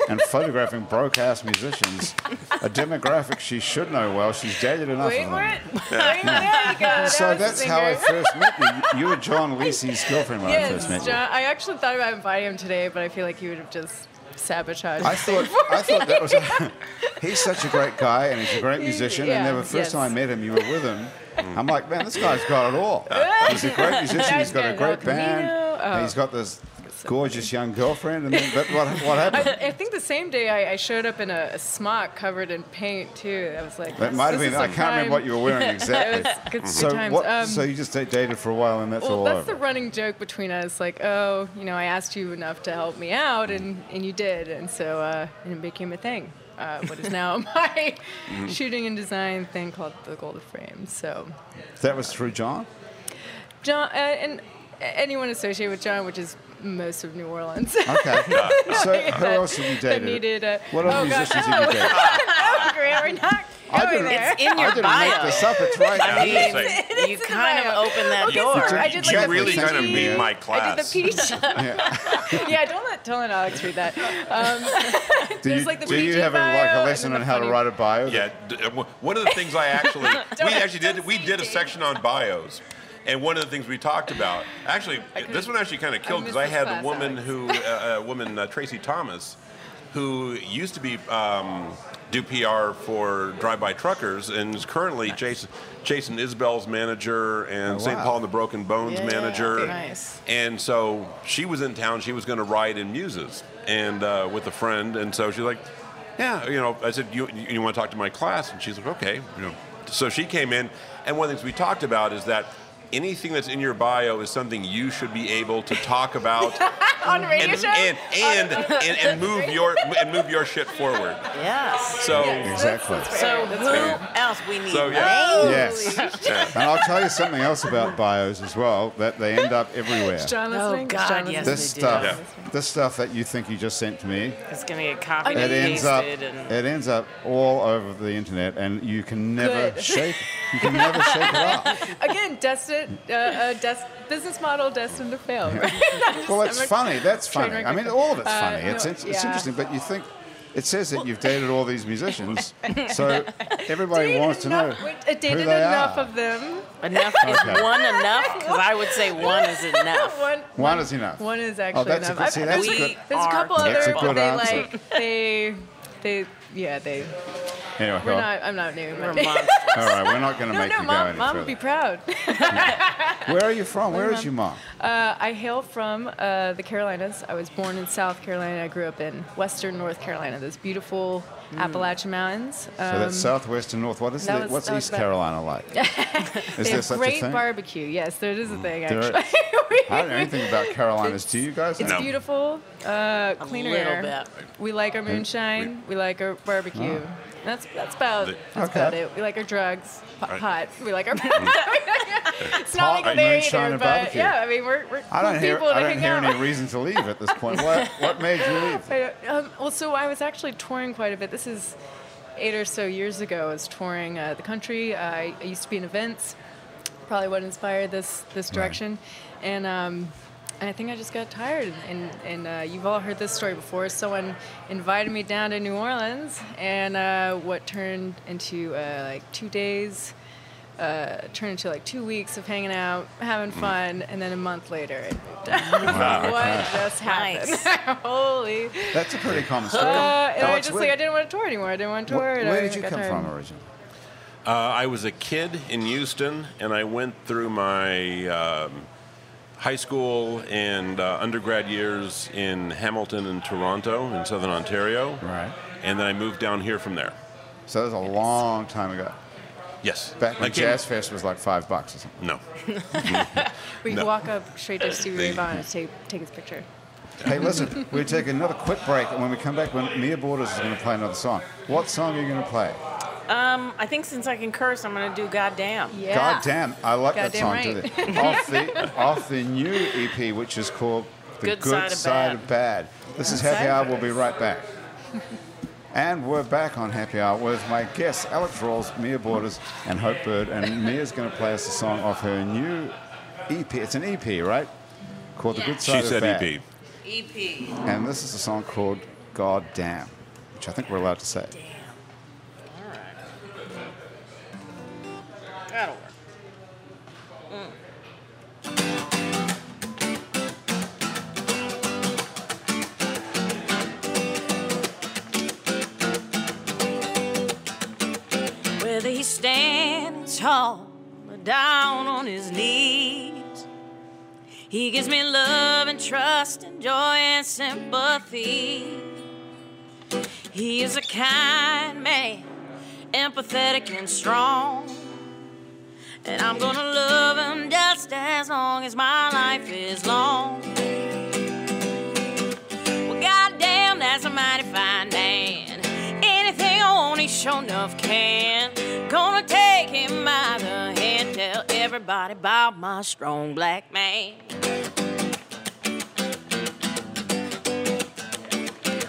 Speaker 1: and photographing broke ass musicians, a demographic she should know well. She's dated enough
Speaker 5: Wait
Speaker 1: of
Speaker 5: for
Speaker 1: them.
Speaker 5: it. There you go. That
Speaker 1: So
Speaker 5: was the
Speaker 1: that's how I
Speaker 5: singer.
Speaker 1: first met you. You were John Lisi's girlfriend when I first met
Speaker 5: Yes,
Speaker 1: you.
Speaker 5: John, I actually thought about inviting him today, but I feel like he would have just sabotaged.
Speaker 1: I
Speaker 5: the
Speaker 1: thought,
Speaker 5: thing.
Speaker 1: I thought that was. he's such a great guy and he's a great musician. and
Speaker 5: yeah,
Speaker 1: then the first
Speaker 5: yes. Mm.
Speaker 1: time I met him, you were with him. I'm like, man, this guy's got it all. He's a great musician. He's got a
Speaker 5: That
Speaker 1: great
Speaker 5: guy's all
Speaker 1: band.
Speaker 5: Camino.
Speaker 1: and He's got this gorgeous young girlfriend. And then, but what, what happened?
Speaker 5: I think the same day I, I showed up in a, a smock covered in paint too. I was like,
Speaker 1: That
Speaker 5: this-
Speaker 1: might have
Speaker 5: this
Speaker 1: been.
Speaker 5: is
Speaker 1: I
Speaker 5: a
Speaker 1: can't remember
Speaker 5: time-
Speaker 1: what you were wearing
Speaker 5: It
Speaker 1: exactly.
Speaker 5: was good, good
Speaker 1: So
Speaker 5: times.
Speaker 1: what?
Speaker 5: Um,
Speaker 1: so you just stayed dated for a while, and that's
Speaker 5: well,
Speaker 1: all
Speaker 5: that's
Speaker 1: over.
Speaker 5: the running joke between us. Like, oh, you know, I asked you enough to help me out, and, and you did, and so uh, and it became a thing. Uh, what is now my
Speaker 1: Mm-hmm.
Speaker 5: shooting and design thing called the Golden Frame. So,
Speaker 1: that was through John.
Speaker 5: John uh, and anyone associated with John, which is most of New Orleans.
Speaker 1: Okay. so who else have you
Speaker 5: that
Speaker 1: dated?
Speaker 5: needed a,
Speaker 1: what other
Speaker 5: oh, God,
Speaker 1: musicians
Speaker 5: no.
Speaker 1: have you dated?
Speaker 5: no, Grant, we're not
Speaker 1: I
Speaker 5: going
Speaker 1: didn't-
Speaker 5: there.
Speaker 2: It's in
Speaker 1: I
Speaker 2: your
Speaker 1: didn't make
Speaker 2: bio.
Speaker 1: this up. It's right.
Speaker 3: Yeah, I
Speaker 2: I
Speaker 3: was
Speaker 2: mean,
Speaker 3: gonna say,
Speaker 2: you
Speaker 5: in the
Speaker 2: kind of
Speaker 5: bio.
Speaker 2: opened that
Speaker 5: Okay, so
Speaker 2: door.
Speaker 5: I did like
Speaker 3: you
Speaker 5: the
Speaker 3: really kind of
Speaker 5: peach.
Speaker 3: mean my
Speaker 5: I did
Speaker 3: class.
Speaker 5: the peach. yeah, don't let don't let Alex read that. Um,
Speaker 1: do
Speaker 5: there's
Speaker 1: you,
Speaker 5: like the
Speaker 1: do you
Speaker 5: PG
Speaker 1: have a,
Speaker 5: bio
Speaker 1: like a
Speaker 5: and
Speaker 1: lesson
Speaker 5: then
Speaker 1: on
Speaker 5: the
Speaker 1: how to
Speaker 5: funny-
Speaker 1: write a bio?
Speaker 3: Yeah, d- uh, w- one of the things I actually we actually did
Speaker 5: don't
Speaker 3: we
Speaker 5: say
Speaker 3: did a
Speaker 5: Dave.
Speaker 3: section on bios, and one of the things we talked about actually this one actually kind of killed because
Speaker 5: missed
Speaker 3: I had
Speaker 5: this
Speaker 3: a
Speaker 5: class,
Speaker 3: woman
Speaker 5: Alex.
Speaker 3: who uh, a woman uh, Tracy Thomas, who used to be um, do PR for Drive By Truckers and is currently Jason Jason Isbell's manager and
Speaker 1: Oh,
Speaker 3: St.
Speaker 1: wow.
Speaker 3: Paul and the Broken Bones
Speaker 2: Yeah,
Speaker 3: manager.
Speaker 2: nice.
Speaker 3: And so she was in town. She was going to ride in Muses and uh, with a friend. And so she's like, "Yeah, you know." I said, "You you, you want to talk to my class?" And she's like, "Okay." You know. So she came in, and one of the things we talked about is that anything that's in your bio is something you should be able to talk about
Speaker 5: on a radio
Speaker 3: and,
Speaker 5: show.
Speaker 3: and, and, and and move your and move your shit forward.
Speaker 2: Yes.
Speaker 3: So.
Speaker 1: Exactly.
Speaker 2: So who else we need?
Speaker 3: So, yeah.
Speaker 2: names.
Speaker 1: Yes. And I'll tell you something else about bios as well that they end up everywhere.
Speaker 5: John
Speaker 2: Oh,
Speaker 5: listening? Is
Speaker 2: God,
Speaker 5: John
Speaker 2: yes.
Speaker 5: listening?
Speaker 1: This
Speaker 2: They do.
Speaker 1: stuff,
Speaker 3: Yeah.
Speaker 1: this stuff that you think you just sent to me,
Speaker 2: It's gonna get copied
Speaker 1: it
Speaker 2: and
Speaker 1: ends up,
Speaker 2: pasted and
Speaker 1: it ends up all over the internet, and you can never
Speaker 5: Good.
Speaker 1: shake, you can never shake it up.
Speaker 5: Again, destined, uh, uh, des- business model destined to fail. Right?
Speaker 1: Well, it's
Speaker 5: I'm a
Speaker 1: funny. That's
Speaker 5: train
Speaker 1: funny.
Speaker 5: wreck.
Speaker 1: I mean, all of it's
Speaker 5: Uh,
Speaker 1: funny.
Speaker 5: no,
Speaker 1: it's in- it's
Speaker 5: yeah.
Speaker 1: interesting, but you think it says that you've dated all these musicians, so everybody wants to know
Speaker 5: enough, I dated
Speaker 1: who they
Speaker 5: enough
Speaker 1: are.
Speaker 5: of them.
Speaker 2: enough
Speaker 1: Okay.
Speaker 2: is one enough because I would say one is enough.
Speaker 5: One,
Speaker 1: One is enough.
Speaker 5: One is actually
Speaker 1: oh, that's
Speaker 5: enough.
Speaker 1: A good, see,
Speaker 5: I've-
Speaker 1: that's a
Speaker 2: We
Speaker 1: good.
Speaker 5: There's a
Speaker 2: are
Speaker 5: couple
Speaker 1: That's
Speaker 5: other,
Speaker 1: a
Speaker 5: but
Speaker 1: good
Speaker 5: they
Speaker 1: answer.
Speaker 5: like they, they, yeah, they.
Speaker 1: Anyway,
Speaker 5: We're
Speaker 1: well,
Speaker 5: not. I'm not new.
Speaker 2: We're
Speaker 5: but-
Speaker 2: monsters.
Speaker 1: all right, we're not going to
Speaker 5: No,
Speaker 1: make
Speaker 5: no,
Speaker 1: you go
Speaker 5: mom,
Speaker 1: any
Speaker 5: mom
Speaker 1: further.
Speaker 5: would be proud.
Speaker 1: Where are you from? Where is your mom?
Speaker 5: Uh, I hail from uh, the Carolinas. I was born in South Carolina. I grew up in Western North Carolina. Those beautiful Appalachian Mountains.
Speaker 1: Mm.
Speaker 5: Um,
Speaker 1: So that's southwest and north. What is
Speaker 5: that
Speaker 1: it?
Speaker 5: was-
Speaker 1: What's
Speaker 5: that was
Speaker 1: East
Speaker 5: bad.
Speaker 1: Carolina like? is
Speaker 5: they
Speaker 1: there
Speaker 5: have
Speaker 1: such
Speaker 5: great
Speaker 1: a thing?
Speaker 5: barbecue. Yes, there is a thing
Speaker 1: There
Speaker 5: actually. We-
Speaker 1: I don't know anything about Carolinas.
Speaker 5: It's-
Speaker 1: Do you guys?
Speaker 5: It's
Speaker 1: know?
Speaker 5: beautiful. Uh, cleaner
Speaker 2: little
Speaker 5: air.
Speaker 2: bit.
Speaker 5: We like our moonshine. We, like our barbecue.
Speaker 1: Ah.
Speaker 5: That's that's about
Speaker 3: The-
Speaker 5: that's
Speaker 1: Okay.
Speaker 5: about it. We like our drugs, po-
Speaker 3: Right.
Speaker 5: pot. We like our. it's not
Speaker 1: Mm. Pot,
Speaker 5: legal there
Speaker 1: moonshine,
Speaker 5: either,
Speaker 1: and
Speaker 5: but
Speaker 1: barbecue.
Speaker 5: yeah, I mean we're we're
Speaker 1: I
Speaker 5: cool
Speaker 1: don't hear.
Speaker 5: people to
Speaker 1: I don't
Speaker 5: hang
Speaker 1: hear
Speaker 5: out.
Speaker 1: any reason to leave at this point. What What made you leave?
Speaker 5: I don't- um, well, so I was actually touring quite a bit. This is eight or so years ago. I was touring uh, the country. I, I used to be in events. Probably what inspired this this direction, and. Um, and I think I just got tired, and, and uh, you've all heard this story before. Someone invited me down to New Orleans, and uh, what turned into uh, like two days uh, turned into like two weeks of hanging out, having fun, and then a month later, I moved out.
Speaker 1: Mm. Wow,
Speaker 5: what
Speaker 1: okay.
Speaker 5: just happened?
Speaker 2: Nice.
Speaker 5: Holy!
Speaker 1: That's a pretty common story.
Speaker 5: Uh, and
Speaker 1: Oh,
Speaker 5: I
Speaker 1: it's
Speaker 5: just
Speaker 1: weird.
Speaker 5: like I didn't want to tour anymore. I didn't want to
Speaker 1: Wh-
Speaker 5: tour. and
Speaker 1: Where
Speaker 5: I
Speaker 1: did you
Speaker 5: got
Speaker 1: come
Speaker 5: tired.
Speaker 1: from originally?
Speaker 3: Uh, I was a kid in Houston, and I went through my um, high school and uh, undergrad years in Hamilton and Toronto, in southern Ontario.
Speaker 1: Right.
Speaker 3: And then I moved down here from there.
Speaker 1: So that was a long time ago.
Speaker 3: Yes.
Speaker 1: Back
Speaker 3: I
Speaker 1: when
Speaker 3: came-
Speaker 1: Jazz Fest was like five bucks or something.
Speaker 3: No.
Speaker 5: We
Speaker 3: No.
Speaker 5: walk up straight to Stevie Ray
Speaker 3: They-
Speaker 5: Vaughan and take, take his picture.
Speaker 1: Hey, listen, we take another quick break, and when we come back, when Mia Borders is going to play another song. What song are you going to play?
Speaker 2: Um, I think since I can curse, I'm gonna do goddamn.
Speaker 5: Yeah.
Speaker 1: God damn, I like that
Speaker 5: Goddamn
Speaker 1: song
Speaker 5: right.
Speaker 1: too. off the off the new EP, which is called The Good,
Speaker 2: Good Side of Bad.
Speaker 1: Bad. This is Happy
Speaker 2: Side
Speaker 1: Hour.
Speaker 2: of
Speaker 1: We'll be right back. And we're back on Happy Hour with my guests, Alex Rawls, Mia Borders, and Hope Bird. And Mia's going to play us a song off her new EP. It's an EP, right? Called The Good Side
Speaker 3: She
Speaker 1: of
Speaker 3: said E
Speaker 1: Bad.
Speaker 3: EP.
Speaker 7: EP.
Speaker 1: And this is a song called God damn, which I think we're allowed to say.
Speaker 6: All right. That'll work. Whether he stands tall or down on his knees, he gives me love and trust and joy and sympathy. He is a kind man, empathetic and strong. And I'm gonna love him just as long as my life is long. Well, goddamn, that's a mighty fine man. Anything I want, he sure enough can. Gonna take him by the hand, tell everybody about my strong black man.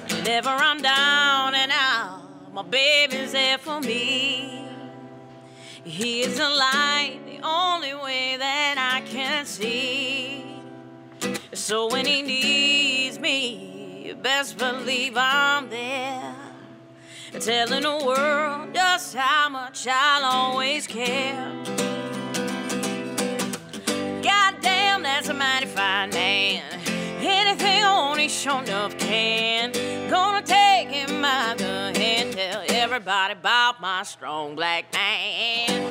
Speaker 6: Whenever I'm down and out, my baby's there for me. He is the light, the only way that I can see. So when he needs me, you best believe I'm there. Telling the world just how much I'll always care. Goddamn, that's a mighty fine man. Anything I want, he sure enough can. Gonna take him by the hand, tell everybody about my strong black man.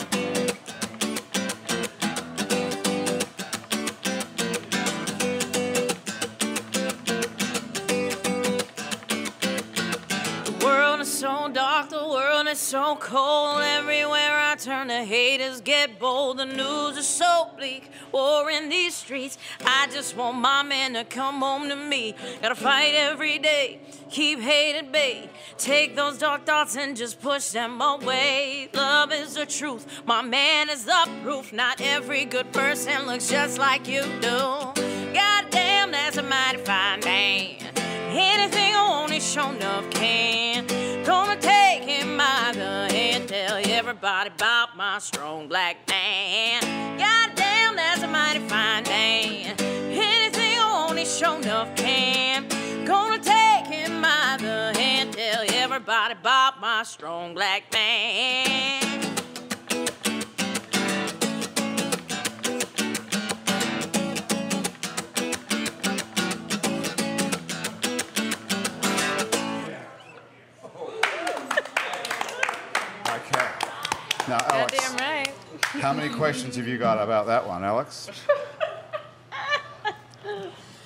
Speaker 6: The world is so dark, the world is so cold. Everywhere I turn, the haters get bold. The news is so bleak, war in these streets. I just want my man to come home to me. Gotta fight every day, keep hate at bay. Take those dark thoughts and just push them away. Love is the truth, my man is the proof. Not every good person looks just like you do. Goddamn, that's a mighty fine man. Anything I want, he sure enough can. Gonna take him by the hand, tell everybody about my strong black man. Goddamn, that's a mighty fine man. Anything I want, he sure enough can. Gonna take him by the hand, tell everybody about my strong black man.
Speaker 1: Okay. Now, Alex,
Speaker 5: Goddamn right.
Speaker 1: how many questions have you got about that one, Alex?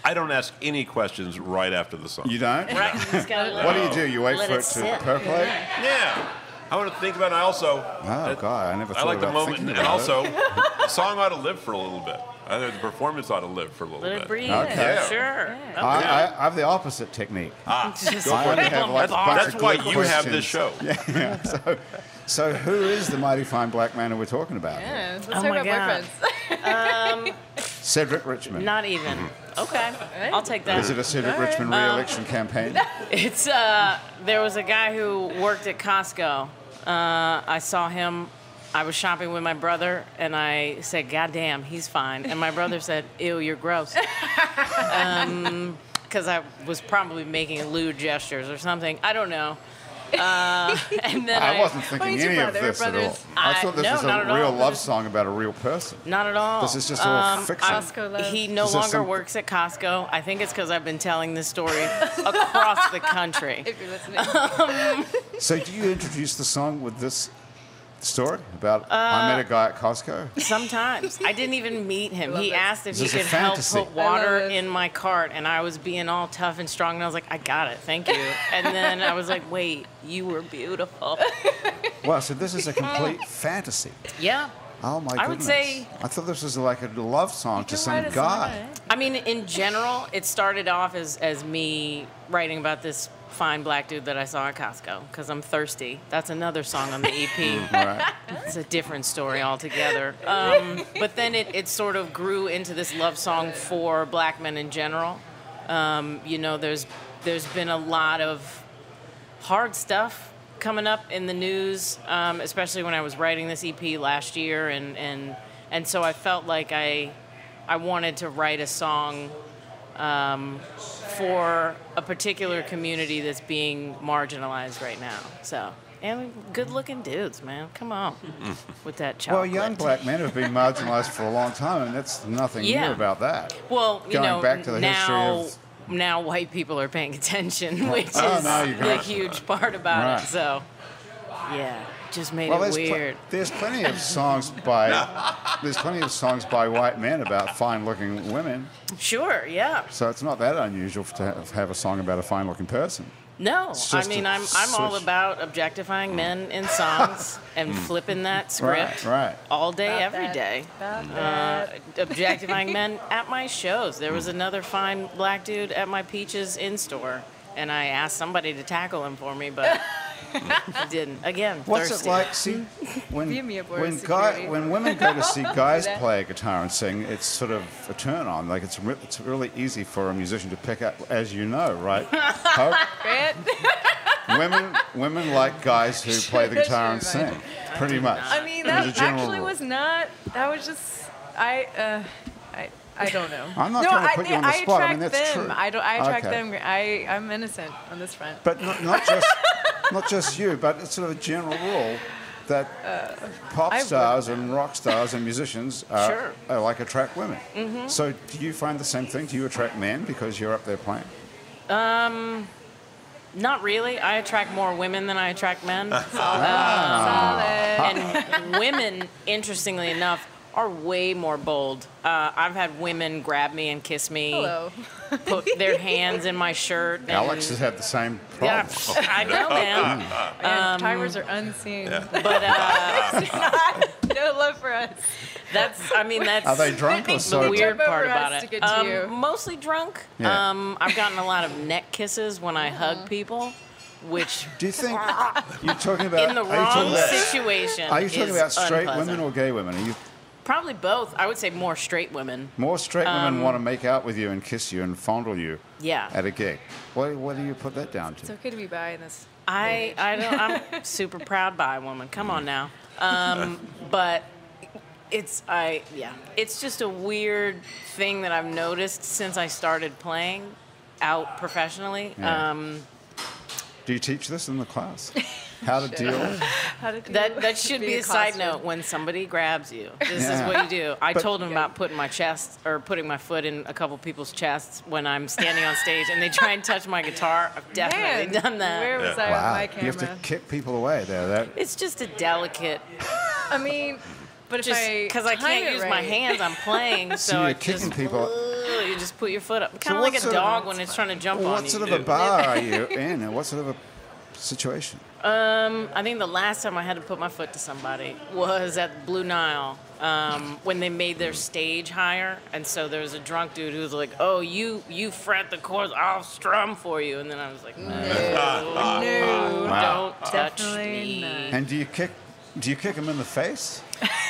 Speaker 3: I don't ask any questions right after the song.
Speaker 1: You don't? What
Speaker 6: What
Speaker 1: do you do? You wait
Speaker 6: Let
Speaker 1: for
Speaker 6: it
Speaker 1: it to
Speaker 6: sit.
Speaker 1: percolate?
Speaker 3: Yeah. I want to think about it. I also.
Speaker 1: Oh, God, I never
Speaker 3: I
Speaker 1: thought
Speaker 3: like the
Speaker 1: about
Speaker 3: moment.
Speaker 1: thinking
Speaker 3: And
Speaker 1: about
Speaker 3: also, the song ought to live for a little bit. I think the performance ought to live for a little
Speaker 6: Let it
Speaker 3: bit.
Speaker 6: breathe.
Speaker 1: Okay.
Speaker 3: Yeah.
Speaker 6: Sure.
Speaker 1: it. I, I, I have the opposite technique.
Speaker 3: Ah,
Speaker 1: I only have like a bunch
Speaker 3: that's
Speaker 1: of
Speaker 3: why
Speaker 1: good
Speaker 3: you have this
Speaker 1: questions.
Speaker 3: show.
Speaker 1: Yeah, so, so who is the mighty fine black man that we're talking about? here?
Speaker 5: Yeah, let's
Speaker 6: Oh
Speaker 5: talk
Speaker 6: my
Speaker 5: about
Speaker 6: God.
Speaker 5: boyfriends.
Speaker 1: Cedric Richmond.
Speaker 6: Not even. Okay. I'll take that.
Speaker 1: Is it a Cedric
Speaker 5: All right.
Speaker 6: Uh,
Speaker 1: Richmond re-election campaign?
Speaker 6: It's uh, there was a guy who worked at Costco. Uh, I saw him. I was shopping with my brother, and I said, "God damn, he's fine." And my brother said, "Ew, you're gross," because I was probably making lewd gestures or something. I don't know. Uh, and then
Speaker 1: I
Speaker 6: I,
Speaker 1: wasn't thinking
Speaker 5: he's your
Speaker 1: any of
Speaker 5: brother,
Speaker 1: this at all.
Speaker 5: brothers.
Speaker 1: I
Speaker 6: I-
Speaker 1: thought this
Speaker 6: no,
Speaker 1: was
Speaker 6: not at
Speaker 1: a
Speaker 6: all.
Speaker 1: real love song about a real person.
Speaker 6: Not at all.
Speaker 1: This is just all fiction.
Speaker 6: I'm-
Speaker 5: Costco love.
Speaker 6: He no
Speaker 1: This is
Speaker 6: longer
Speaker 1: some-
Speaker 6: works at Costco. I think it's because I've been telling this story across the country.
Speaker 5: If you're listening,
Speaker 1: So do you introduce the song with this story about
Speaker 6: Uh,
Speaker 1: I met a guy at Costco?
Speaker 6: Sometimes I didn't even meet him.
Speaker 5: love
Speaker 6: He
Speaker 5: this.
Speaker 6: asked if
Speaker 1: This
Speaker 6: he
Speaker 1: is a
Speaker 6: could help
Speaker 1: fantasy.
Speaker 6: put water
Speaker 5: I love this.
Speaker 6: in my cart, and I was being all tough and strong, and I was like, "I got it, thank you." And then I was like, "Wait, you were beautiful."
Speaker 1: Wow, so this is a complete fantasy.
Speaker 6: Yeah.
Speaker 1: Oh my goodness.
Speaker 6: I would say-
Speaker 1: I thought this was like a love song to
Speaker 5: You
Speaker 1: some
Speaker 5: write a song
Speaker 1: guy.
Speaker 5: about it.
Speaker 6: I mean, in general, it started off as as me writing about this fine black dude that I saw at Costco because I'm thirsty. That's another song on the EP.
Speaker 1: Right.
Speaker 6: It's a different story altogether. Um, but then it, it sort of grew into this love song for black men in general. Um, you know, there's there's been a lot of hard stuff coming up in the news, um, especially when I was writing this EP last year, and and and so I felt like I I wanted to write a song um, for a particular community that's being marginalized right now. So, and good looking dudes, man. Come on with that chocolate.
Speaker 1: Well, young black men have been marginalized for a long time, and that's nothing
Speaker 6: Yeah.
Speaker 1: new about that.
Speaker 6: Well, you
Speaker 1: Going
Speaker 6: know,
Speaker 1: back to the history
Speaker 6: now,
Speaker 1: of-
Speaker 6: now white people are paying attention, which
Speaker 1: Oh,
Speaker 6: is
Speaker 1: no, you
Speaker 6: the
Speaker 1: got it.
Speaker 6: huge part about
Speaker 1: Right.
Speaker 6: it. So, yeah, just made
Speaker 1: Well,
Speaker 6: it
Speaker 1: there's, pl-
Speaker 6: weird.
Speaker 1: there's plenty of songs by there's plenty of songs by white men about fine-looking women,
Speaker 6: sure, yeah.
Speaker 1: so it's not that unusual to have- have a song about a fine-looking person.
Speaker 6: No,
Speaker 1: It's
Speaker 6: I
Speaker 1: just
Speaker 6: mean,
Speaker 1: a
Speaker 6: I'm, I'm all
Speaker 1: switch. Mm.
Speaker 6: about objectifying men in songs and flipping that
Speaker 1: Right,
Speaker 6: script
Speaker 1: right.
Speaker 6: all day,
Speaker 5: About
Speaker 6: every
Speaker 5: that.
Speaker 6: day.
Speaker 5: About
Speaker 6: Uh,
Speaker 5: that.
Speaker 6: objectifying men at my shows. There
Speaker 1: Mm.
Speaker 6: was another fine black dude at my Peaches in store, and I asked somebody to tackle him for me, but he didn't. Again,
Speaker 1: What's
Speaker 6: thirsty.
Speaker 1: it like? See, when
Speaker 5: Give me a word,
Speaker 1: when, guy,
Speaker 5: security.
Speaker 1: when women go to see guys
Speaker 5: that.
Speaker 1: play guitar and sing, it's sort of a turn on. Like it's re- it's really easy for a musician to pick up, as you know, right? Hope-
Speaker 5: Grant?
Speaker 1: women women like guys who play the guitar and
Speaker 5: Should I
Speaker 1: sing, pretty much.
Speaker 5: I mean,
Speaker 1: as a
Speaker 5: that
Speaker 1: general
Speaker 5: actually
Speaker 1: rule.
Speaker 5: was not. That was just. I. Uh, I. I don't know.
Speaker 1: I'm not
Speaker 5: no,
Speaker 1: trying to
Speaker 5: I,
Speaker 1: put you
Speaker 5: thi-
Speaker 1: on the
Speaker 5: I
Speaker 1: spot. I
Speaker 5: Attract
Speaker 1: mean, that's
Speaker 5: them.
Speaker 1: true.
Speaker 5: I don't. I attract
Speaker 1: Okay.
Speaker 5: them. I. I'm innocent on this front.
Speaker 1: But not, not just not just you, but it's sort of a general rule that
Speaker 5: Uh,
Speaker 1: pop
Speaker 5: I've
Speaker 1: stars and rock stars and musicians are,
Speaker 6: Sure.
Speaker 1: are like attract women.
Speaker 5: Mm-hmm.
Speaker 1: So do you find the same thing? Do you attract men because you're up there playing?
Speaker 6: Not really. I attract more women than I attract men.
Speaker 1: Ah.
Speaker 5: Solid.
Speaker 6: and women, interestingly enough, are way more bold. Uh, I've had women grab me and kiss me,
Speaker 5: Hello.
Speaker 6: put their hands in my shirt. and-
Speaker 1: Alex has had the same
Speaker 6: Yeah,
Speaker 1: problem.
Speaker 6: pff, I know, man.
Speaker 5: Again, timers are unseen.
Speaker 6: But uh,
Speaker 5: no love for us.
Speaker 6: that's, I mean, that's.
Speaker 1: Are they drunk or
Speaker 6: the
Speaker 1: sober?
Speaker 6: weird
Speaker 5: Jump over
Speaker 6: part about
Speaker 5: us
Speaker 6: it.
Speaker 5: to get to
Speaker 6: Um,
Speaker 5: you.
Speaker 6: Mostly drunk.
Speaker 1: Yeah.
Speaker 6: Um, I've gotten a lot of neck kisses when I
Speaker 5: Uh-huh.
Speaker 6: hug people, which
Speaker 1: Do you think you're talking about?
Speaker 6: in the
Speaker 1: Uh, are you talking
Speaker 6: wrong
Speaker 1: about,
Speaker 6: situation.
Speaker 1: are you talking
Speaker 6: is
Speaker 1: about straight women
Speaker 6: unpleasant.
Speaker 1: or gay women? Are you
Speaker 6: Probably both. I would say more straight women.
Speaker 1: more straight women want to make out with you and kiss you and fondle you
Speaker 6: Um, Yeah.
Speaker 1: at a gig? What, what do you put that down
Speaker 5: It's
Speaker 1: to?
Speaker 5: okay to be by in this.
Speaker 6: I, I don't, I'm super proud by woman. Come on now. Um, but it's I yeah. It's just a weird thing that I've noticed since I started playing out professionally.
Speaker 1: Yeah.
Speaker 6: Um,
Speaker 1: Do you teach this in the class? How to deal? with-
Speaker 5: How did you
Speaker 6: that that should be a side
Speaker 5: accosted?
Speaker 6: note when somebody grabs you. This
Speaker 1: Yeah.
Speaker 6: is what you do. I
Speaker 1: But-
Speaker 6: told him about putting my chest or putting my foot in a couple people's chests when I'm standing on stage and they try and touch my guitar. I've definitely
Speaker 5: Man,
Speaker 6: done that.
Speaker 5: Where was I on
Speaker 1: Wow,
Speaker 5: my
Speaker 1: you
Speaker 5: camera?
Speaker 1: have to kick people away there. That,
Speaker 6: it's just a delicate
Speaker 5: I mean, but if
Speaker 6: just
Speaker 5: I
Speaker 6: because I,
Speaker 5: time
Speaker 6: can't
Speaker 5: it
Speaker 6: use my
Speaker 5: right-
Speaker 6: hands, I'm playing. So,
Speaker 1: you're
Speaker 6: I
Speaker 1: kicking
Speaker 6: just,
Speaker 1: people.
Speaker 6: Ugh, you just put your foot up, kind of
Speaker 1: what
Speaker 6: like a
Speaker 1: sort of-
Speaker 6: dog when it's trying to jump on
Speaker 1: what
Speaker 6: you.
Speaker 1: sort of a bar are you in, and what sort of a situation?
Speaker 6: I think the last time I had to put my foot to somebody was at Blue Nile um, when they made their stage higher, and so there was a drunk dude who was like, "Oh, you you fret the chords, I'll strum for you," and then I was like, "No,
Speaker 5: No.
Speaker 1: Wow.
Speaker 6: don't touch
Speaker 5: Definitely
Speaker 6: me."
Speaker 5: not.
Speaker 1: And do you kick? Do you kick them in the face?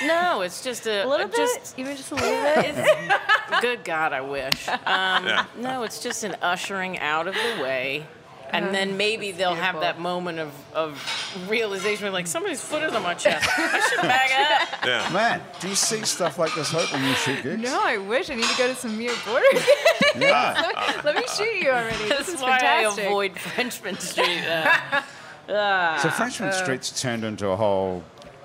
Speaker 6: No, it's just a,
Speaker 5: A little
Speaker 6: a- just
Speaker 5: bit, even just a little bit.
Speaker 6: It's- good God, I wish. Um,
Speaker 3: Yeah.
Speaker 6: No, it's just an ushering out of the way. And then maybe they'll have
Speaker 5: Uh-huh. beautiful.
Speaker 6: that moment of, of realization where, like, somebody's foot is on my chest. I should back up.
Speaker 3: Yeah.
Speaker 1: Man, do you see stuff like this hope when you shoot gigs?
Speaker 5: No, I wish I need to go to some Mia Border.
Speaker 1: Yeah.
Speaker 5: Let me shoot you already. This
Speaker 6: That's
Speaker 5: is
Speaker 6: why
Speaker 5: fantastic.
Speaker 6: I avoid Frenchman Street. Uh, Ah,
Speaker 1: So Frenchman Street's turned into a whole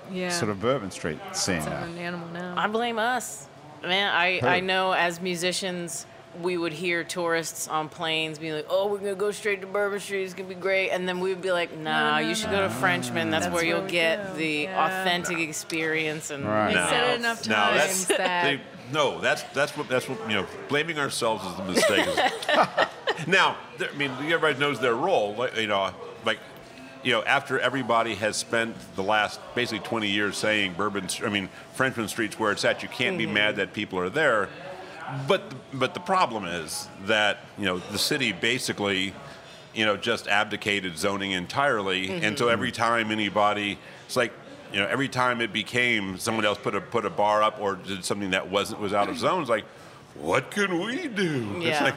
Speaker 5: yeah.
Speaker 1: sort of Bourbon Street scene
Speaker 5: I'm
Speaker 1: now.
Speaker 5: an animal now.
Speaker 6: I blame us. Man, I,
Speaker 1: Who?
Speaker 6: I know as musicians, we would hear tourists on planes being like, oh, we're going to go straight to Bourbon Street. It's going to be great. And then we would be like, nah,
Speaker 5: no,
Speaker 6: you should go to Frenchman. That's, where
Speaker 5: where
Speaker 6: you'll
Speaker 5: we
Speaker 6: get
Speaker 5: go."
Speaker 6: the
Speaker 5: Yeah.
Speaker 6: authentic experience. And
Speaker 1: Right.
Speaker 5: We've
Speaker 1: No.
Speaker 5: said it enough
Speaker 3: No, that's
Speaker 5: times that
Speaker 3: they- no, that's that's what that's what you know. Blaming ourselves is the mistake. now, there- I mean, everybody knows their role. Like, you know, like you know, after everybody has spent the last basically 20 years saying Bourbon, I mean, Frenchman Street's where it's at. You can't
Speaker 5: Mm-hmm.
Speaker 3: be mad that people are there. But but the problem is that you know the city basically you know just abdicated zoning entirely, and so every time anybody it's like you know every time it became someone else put a put a bar up or did something that wasn't was out of zone, it's like what can we do? It's
Speaker 6: Yeah.
Speaker 3: like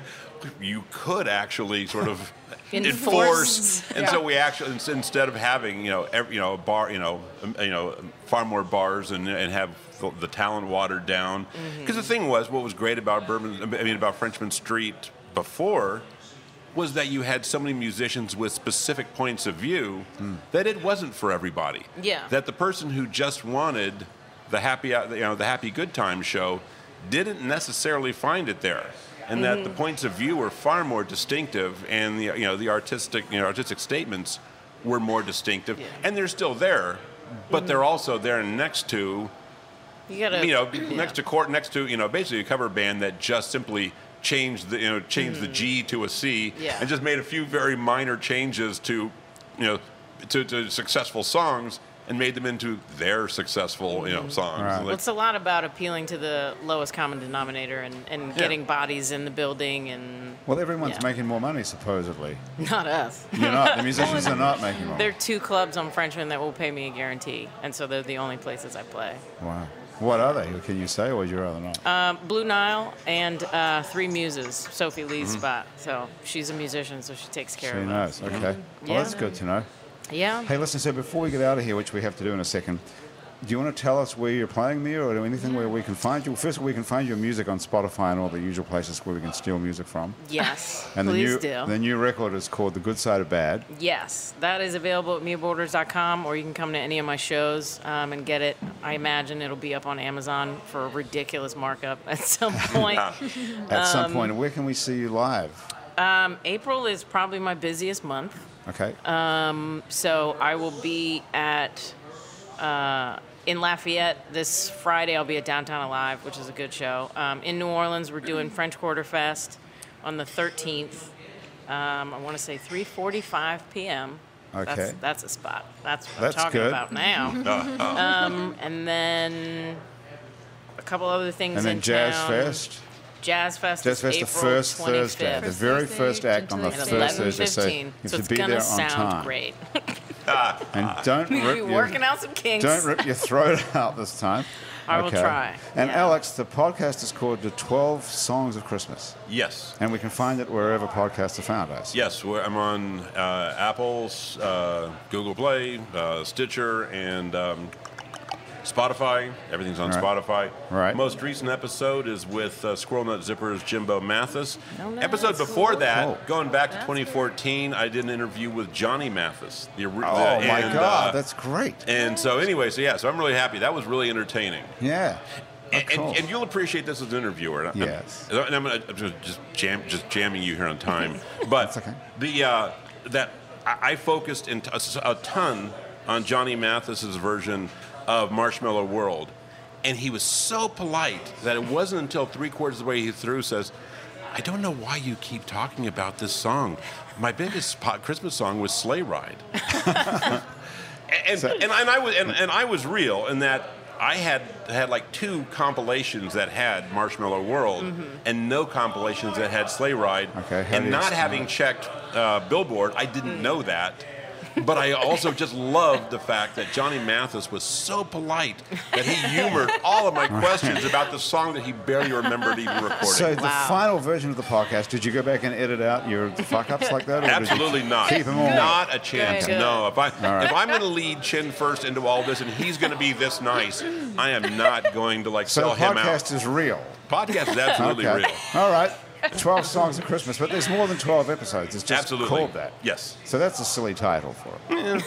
Speaker 3: you could actually sort of
Speaker 6: Enforce.
Speaker 3: enforce, and so we actually ins- instead of having you know every, you know a bar you know um, you know far more bars and and have the, the talent watered down because the thing was what was great about Bourbon I mean about Frenchman Street before was that you had so many musicians with specific points of view that it wasn't for everybody.
Speaker 6: Yeah.
Speaker 3: That the person who just wanted the happy, uh, you know, the happy good time show didn't necessarily find it there, and that the points of view were far more distinctive, and the you know the artistic you know artistic statements were more distinctive, and they're still there, but they're also there next to
Speaker 6: You gotta,
Speaker 3: you know,
Speaker 6: yeah.
Speaker 3: next to court, next to you know, basically a cover band that just simply changed the you know changed the G to a C
Speaker 6: Hmm. Yeah.
Speaker 3: and just made a few very minor changes to you know to, to successful songs and made them into their successful you know songs.
Speaker 1: Right.
Speaker 3: Like,
Speaker 6: Mm-hmm. Well, it's a lot about appealing to the lowest common denominator and, and getting bodies in the building and
Speaker 1: Well, everyone's
Speaker 6: Yeah.
Speaker 1: making more money, supposedly.
Speaker 6: not us.
Speaker 1: You're not. The musicians are not making more.
Speaker 6: There are two clubs on Frenchman that will pay me a guarantee, and so they're the only places I play.
Speaker 1: Wow. What are they? Can you say, or would you rather not?
Speaker 6: Um, Blue Nile and uh, Three Muses, Sophie Lee's spot. So she's a musician, so she takes care
Speaker 1: Who
Speaker 6: of us.
Speaker 1: Mm-hmm. knows? Okay. Well,
Speaker 6: mm-hmm. Yeah.
Speaker 1: that's good to know.
Speaker 6: Yeah.
Speaker 1: Hey, listen, so before we get out of here, which we have to do in a second, do you want to tell us where you're playing, Mia, or anything where we can find you? First, we can find your music on Spotify and all the usual places where we can steal music from.
Speaker 6: Yes.
Speaker 1: And
Speaker 6: Please
Speaker 1: the new
Speaker 6: do.
Speaker 1: the new record is called "The Good Side of Bad."
Speaker 6: Yes, that is available at MiaBorders.com, or you can come to any of my shows um, and get it. I imagine it'll be up on Amazon for a ridiculous markup at some point.
Speaker 1: At some point, where can we see you live?
Speaker 6: um, April is probably my busiest month,
Speaker 1: Okay.
Speaker 6: so I will be at uh, in Lafayette this Friday. I'll be at Downtown Alive, which is a good show. Um, in New Orleans, we're doing French Quarter Fest on the 13th. Um, I want to say 3:45 p.m. That's,
Speaker 1: Okay.
Speaker 6: that's a spot. That's what
Speaker 1: That's
Speaker 6: I'm talking
Speaker 1: good.
Speaker 6: about now. um, and then a couple other things
Speaker 1: and then
Speaker 6: in
Speaker 1: Jazz
Speaker 6: town.
Speaker 1: Fest.
Speaker 6: Jazz Fest.
Speaker 1: Jazz
Speaker 6: is
Speaker 1: Fest, the
Speaker 6: April
Speaker 1: first
Speaker 6: 25th.
Speaker 1: Thursday, the very
Speaker 5: Thursday,
Speaker 1: first act on the
Speaker 5: June
Speaker 6: At
Speaker 1: first Thursday. So you
Speaker 6: 11:15,
Speaker 1: have
Speaker 6: so
Speaker 1: to
Speaker 6: it's
Speaker 1: be
Speaker 6: gonna
Speaker 1: there on
Speaker 6: sound
Speaker 1: time.
Speaker 6: great.
Speaker 1: And don't
Speaker 6: We'll be
Speaker 1: rip your,
Speaker 6: working out some kinks.
Speaker 1: Don't rip your throat out this time.
Speaker 6: I will try.
Speaker 1: And
Speaker 6: Yeah.
Speaker 1: Alex, the podcast is called The 12 Songs of Christmas.
Speaker 3: yes.
Speaker 1: And we can find it wherever podcasts are found, I assume.
Speaker 3: Yes, we're, I'm on uh, Apple's, uh, Google Play, uh, Stitcher, and um, Spotify. Everything's on
Speaker 1: Right.
Speaker 3: Spotify.
Speaker 1: Right.
Speaker 3: Most recent episode is with uh, Squirrel Nut Zippers Jimbo Mathis.
Speaker 6: Oh, nice.
Speaker 3: Episode before that,
Speaker 1: Cool.
Speaker 3: going back to
Speaker 5: That's
Speaker 3: 2014, I did an interview with Johnny Mathis. The, ori-
Speaker 1: Oh,
Speaker 3: the-
Speaker 1: my
Speaker 3: and,
Speaker 1: God,
Speaker 3: uh,
Speaker 1: that's great.
Speaker 3: and so anyway, so yeah, so I'm really happy. That was really entertaining.
Speaker 1: Yeah. Oh,
Speaker 3: And,
Speaker 1: cool.
Speaker 3: and, and you'll appreciate this as an interviewer. And I-
Speaker 1: Yes.
Speaker 3: And I'm, gonna- I'm just- just jam, just jamming you here on time, but
Speaker 1: That's okay.
Speaker 3: the uh, that I, I focused in t- a s- a ton on Johnny Mathis's version of Marshmallow World, and he was so polite that it wasn't until three quarters of the way he through says, "I don't know why you keep talking about this song. My biggest po- Christmas song was Sleigh Ride." and, and, and I was and, and I was real in that I had had like two compilations that had Marshmallow World and no compilations that had Sleigh Ride.
Speaker 1: Mm-hmm. Okay, how do
Speaker 3: and
Speaker 1: you
Speaker 3: not
Speaker 1: explain
Speaker 3: having
Speaker 1: that? Mm.
Speaker 3: checked uh, Billboard, I didn't know that. But I also just loved the fact that Johnny Mathis was so polite that he humored all of my questions about the song that he barely remembered even recording.
Speaker 1: so the
Speaker 6: Wow.
Speaker 1: final version of the podcast, did you go back and edit out your fuck-ups like that? Or did you-
Speaker 3: Absolutely not.
Speaker 1: Keep 'em all.
Speaker 3: Not a chance.
Speaker 5: Good.
Speaker 3: No. If I
Speaker 1: right.
Speaker 3: if I'm going to lead chin first into all this, and he's going to be this nice, I am not going to like
Speaker 1: So
Speaker 3: sell
Speaker 1: the
Speaker 3: him out.
Speaker 1: podcast is real.
Speaker 3: Podcast is absolutely
Speaker 1: okay.
Speaker 3: real.
Speaker 1: All right. 12 Songs of Christmas, but there's more than 12 episodes. It's just
Speaker 3: Absolutely.
Speaker 1: called that.
Speaker 3: Yes.
Speaker 1: So that's a silly title for it. you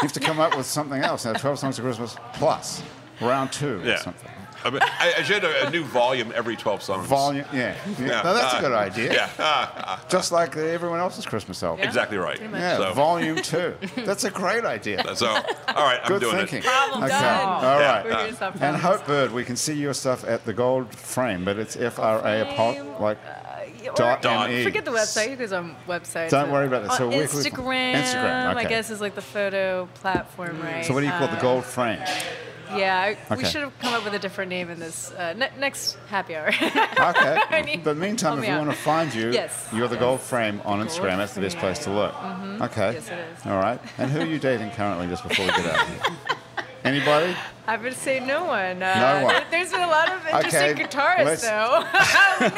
Speaker 1: have to come up with something else. Now, 12 Songs of Christmas plus round two or
Speaker 3: Yeah.
Speaker 1: something.
Speaker 3: I, mean, I, I should have a new volume every 12 songs.
Speaker 1: Volume, yeah. yeah. No, that's a
Speaker 3: uh,
Speaker 1: good idea.
Speaker 3: Yeah. uh,
Speaker 1: Just like the, everyone else's Christmas album.
Speaker 5: Yeah.
Speaker 3: exactly right.
Speaker 5: Pretty much.
Speaker 1: Yeah,
Speaker 3: So,
Speaker 1: volume two. That's a great idea.
Speaker 3: so, all right, I'm
Speaker 1: good
Speaker 3: doing
Speaker 1: thinking.
Speaker 3: it.
Speaker 5: Problem
Speaker 1: okay.
Speaker 5: solved.
Speaker 1: All
Speaker 3: Yeah.
Speaker 1: right.
Speaker 5: We're gonna stop
Speaker 1: And
Speaker 5: problems.
Speaker 1: Hope Bird, we can see your stuff at the Gold Frame, but it's F R A
Speaker 5: Frame,
Speaker 1: apot like.
Speaker 5: Uh, Yeah, or-
Speaker 1: Dot
Speaker 3: Dot.
Speaker 1: ME.
Speaker 5: Forget the website. You guys on website.
Speaker 1: Don't worry about that. So
Speaker 5: on
Speaker 1: we- we-
Speaker 5: Instagram,
Speaker 1: Instagram,
Speaker 5: I
Speaker 1: okay.
Speaker 5: guess, is like the photo platform, right?
Speaker 1: So what do you call it, the
Speaker 5: Um,
Speaker 1: Gold Frame?
Speaker 5: Yeah, I, we
Speaker 1: Okay.
Speaker 5: should have come up with a different name in this uh, ne- next happy hour.
Speaker 1: Okay.
Speaker 5: need-
Speaker 1: but meantime,
Speaker 5: help
Speaker 1: if
Speaker 5: me
Speaker 1: we
Speaker 5: out.
Speaker 1: want to find you,
Speaker 5: Yes.
Speaker 1: you're the Gold Frame on Instagram.
Speaker 5: Gold
Speaker 1: That's the best
Speaker 5: Frame.
Speaker 1: place to look. Okay.
Speaker 5: Yes, it is.
Speaker 1: All right. And who are you dating currently, just before we get out of here? Anybody?
Speaker 5: I would say no one. Uh,
Speaker 1: No one.
Speaker 5: there- There's been a lot of interesting
Speaker 1: Okay,
Speaker 5: guitarists,
Speaker 1: let's-
Speaker 5: though.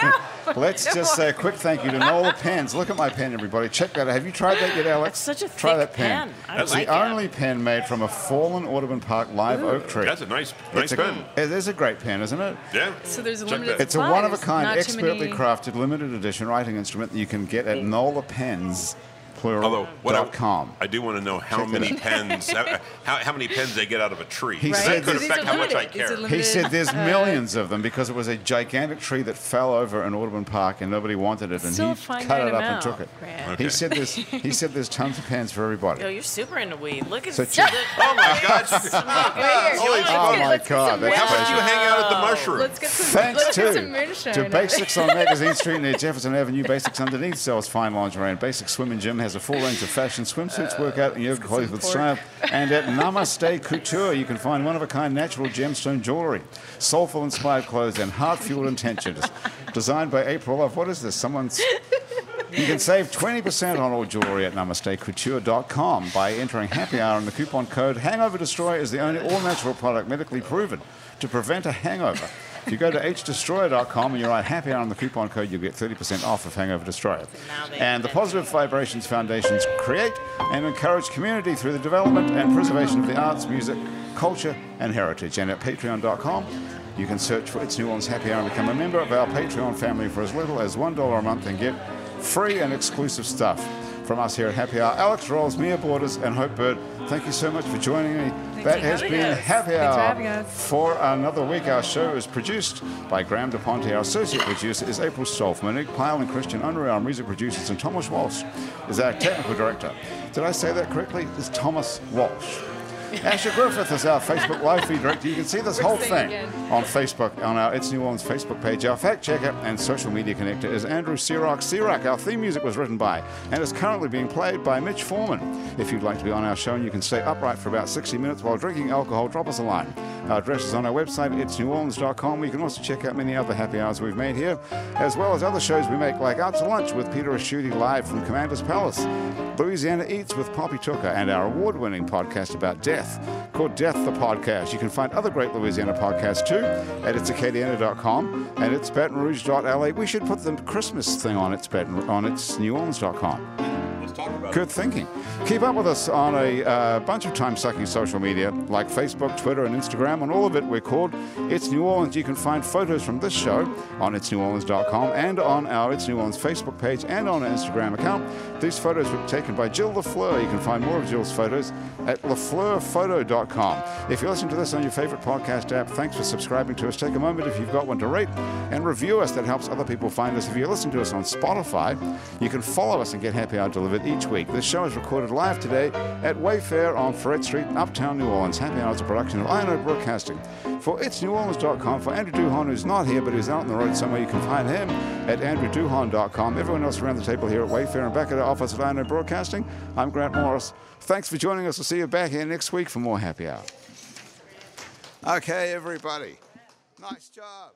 Speaker 5: no.
Speaker 1: Let's just say a quick thank you to Nola Pens. Look at my pen, everybody. Check that out. Have you tried that yet, Alex?
Speaker 2: That's such a thick
Speaker 1: Try that pen.
Speaker 2: pen. I
Speaker 1: That's
Speaker 2: like
Speaker 1: the
Speaker 2: it.
Speaker 1: only pen made from a fallen Audubon Park live oak tree.
Speaker 3: That's a nice, nice
Speaker 1: it's
Speaker 3: pen.
Speaker 1: A, it is a great pen, isn't it?
Speaker 3: Yeah.
Speaker 5: So there's a
Speaker 3: Check
Speaker 5: limited-
Speaker 3: that.
Speaker 1: It's a
Speaker 5: Supplies,
Speaker 1: one of a
Speaker 5: not
Speaker 1: kind,
Speaker 5: too
Speaker 1: expertly
Speaker 5: many-
Speaker 1: crafted, limited edition writing instrument that you can get at Nola Pens, plural,
Speaker 3: Although what
Speaker 1: dot
Speaker 3: I,
Speaker 1: com.
Speaker 3: I do want to know how
Speaker 1: Check that
Speaker 3: many
Speaker 1: out.
Speaker 3: pens how, how, how many pens they get out of a tree.
Speaker 1: He
Speaker 5: Right?
Speaker 1: said
Speaker 3: that could
Speaker 1: this-
Speaker 5: These are
Speaker 3: affect how much I
Speaker 5: limited. These are
Speaker 3: care.
Speaker 5: limited.
Speaker 1: He said there's
Speaker 5: uh,
Speaker 1: millions of them because it was a gigantic tree that fell over in Audubon Park and nobody wanted it, and
Speaker 5: Still a
Speaker 1: he cut
Speaker 5: finite
Speaker 1: it up and
Speaker 5: amount,
Speaker 1: took it.
Speaker 5: Grant.
Speaker 1: He
Speaker 3: Okay.
Speaker 1: said there's he said there's tons of pens for everybody.
Speaker 2: Yo, you're super into weed. Look at
Speaker 1: So
Speaker 2: the-
Speaker 1: check-
Speaker 3: Oh my God!
Speaker 5: Right here.
Speaker 3: Holy
Speaker 5: Let's
Speaker 1: oh
Speaker 5: get-
Speaker 1: my
Speaker 5: let's get
Speaker 1: God,
Speaker 5: some
Speaker 1: that's
Speaker 3: How
Speaker 5: wine.
Speaker 3: about you hang out at the mushroom?
Speaker 5: Let's get some.
Speaker 1: Thanks
Speaker 5: let's
Speaker 1: to,
Speaker 5: get some moonshine.
Speaker 1: to
Speaker 5: in
Speaker 1: Basics on Magazine Street near Jefferson Avenue. Basics Underneath sells fine lingerie and Basics Swim and Gym has a full range of fashion swimsuits, workout, and yoga clothes with style. And at Namaste Couture, you can find one of a kind natural gemstone jewelry, soulful inspired clothes, and heart fueled intentions. Designed by April Love. What is this? Someone's. You can save 20% on all jewelry at namastecouture.com by entering happy hour and the coupon code Hangover Destroyer is the only all natural product medically proven to prevent a hangover. If you go to hdestroyer.com and you write happy hour on the coupon code, you'll get 30% off of Hangover Destroyer.
Speaker 2: Now they
Speaker 1: And the
Speaker 2: invent
Speaker 1: Positive Vibrations Foundations create and encourage community through the development and preservation of the arts, music, culture, and heritage. And at patreon.com, you can search for It's New Orleans Happy Hour and become a member of our Patreon family for as little as $1 a month and get free and exclusive stuff from us here at Happy Hour. Alex Rolls, Mia Borders, and Hope Bird, thank you so much for joining me. that
Speaker 5: for
Speaker 1: has
Speaker 5: having
Speaker 1: been
Speaker 5: us.
Speaker 1: Happy
Speaker 5: Thanks for
Speaker 1: Hour
Speaker 5: having us.
Speaker 1: for another week. Our show is produced by Graham DePonte. Our associate producer is April Stolf. Monique Pyle and Christian Unruh, our music producers, and Thomas Walsh is our technical director. Did I say that correctly? It's Thomas Walsh. Asher Griffith is our Facebook live feed director. You can see this whole
Speaker 5: saying
Speaker 1: thing
Speaker 5: again.
Speaker 1: on Facebook, on our It's New Orleans Facebook page. Our fact checker and social media connector is Andrew Sirock. Sirock, our theme music was written by and is currently being played by Mitch Foreman. If you'd like to be on our show and you can stay upright for about 60 minutes while drinking alcohol, drop us a line. Our address is on our website, itsneworleans.com. We can also check out many other happy hours we've made here, as well as other shows we make, like Out to Lunch with Peter Asciuti live from Commander's Palace, Louisiana Eats with Poppy Tucker, and our award winning podcast about death called Death the Podcast. You can find other great Louisiana podcasts too at itsacadiana.com and it's Baton Rouge.la. We should put the Christmas thing on its Baton, on its New Orleans.com.
Speaker 3: Let's talk about
Speaker 1: Good thinking. Keep up with us on a uh, bunch of time sucking social media like Facebook, Twitter, and Instagram. On all of it, we're called It's New Orleans. You can find photos from this show on itsneworleans.com and on our It's New Orleans Facebook page and on our Instagram account. These photos were taken by Jill LaFleur. You can find more of Jill's photos at lafleurphoto.com. If you listen to this on your favorite podcast app, thanks for subscribing to us. Take a moment if you've got one to rate and review us. That helps other people find us. If you listen to us on Spotify, you can follow us and get Happy Hour delivered each week. This show is recorded live today at Wayfair on Ferret Street, Uptown New Orleans. Happy Hour is a production of INO Broadcasting. For itsneworleans.com, for Andrew Duhon, who's not here but who's out on the road somewhere, you can find him at andrewduhon.com. Everyone else around the table here at Wayfair and back at our office at INO Broadcasting, I'm Grant Morris. Thanks for joining us. We'll see you back here next week for more Happy Hour. Okay, everybody. Nice job.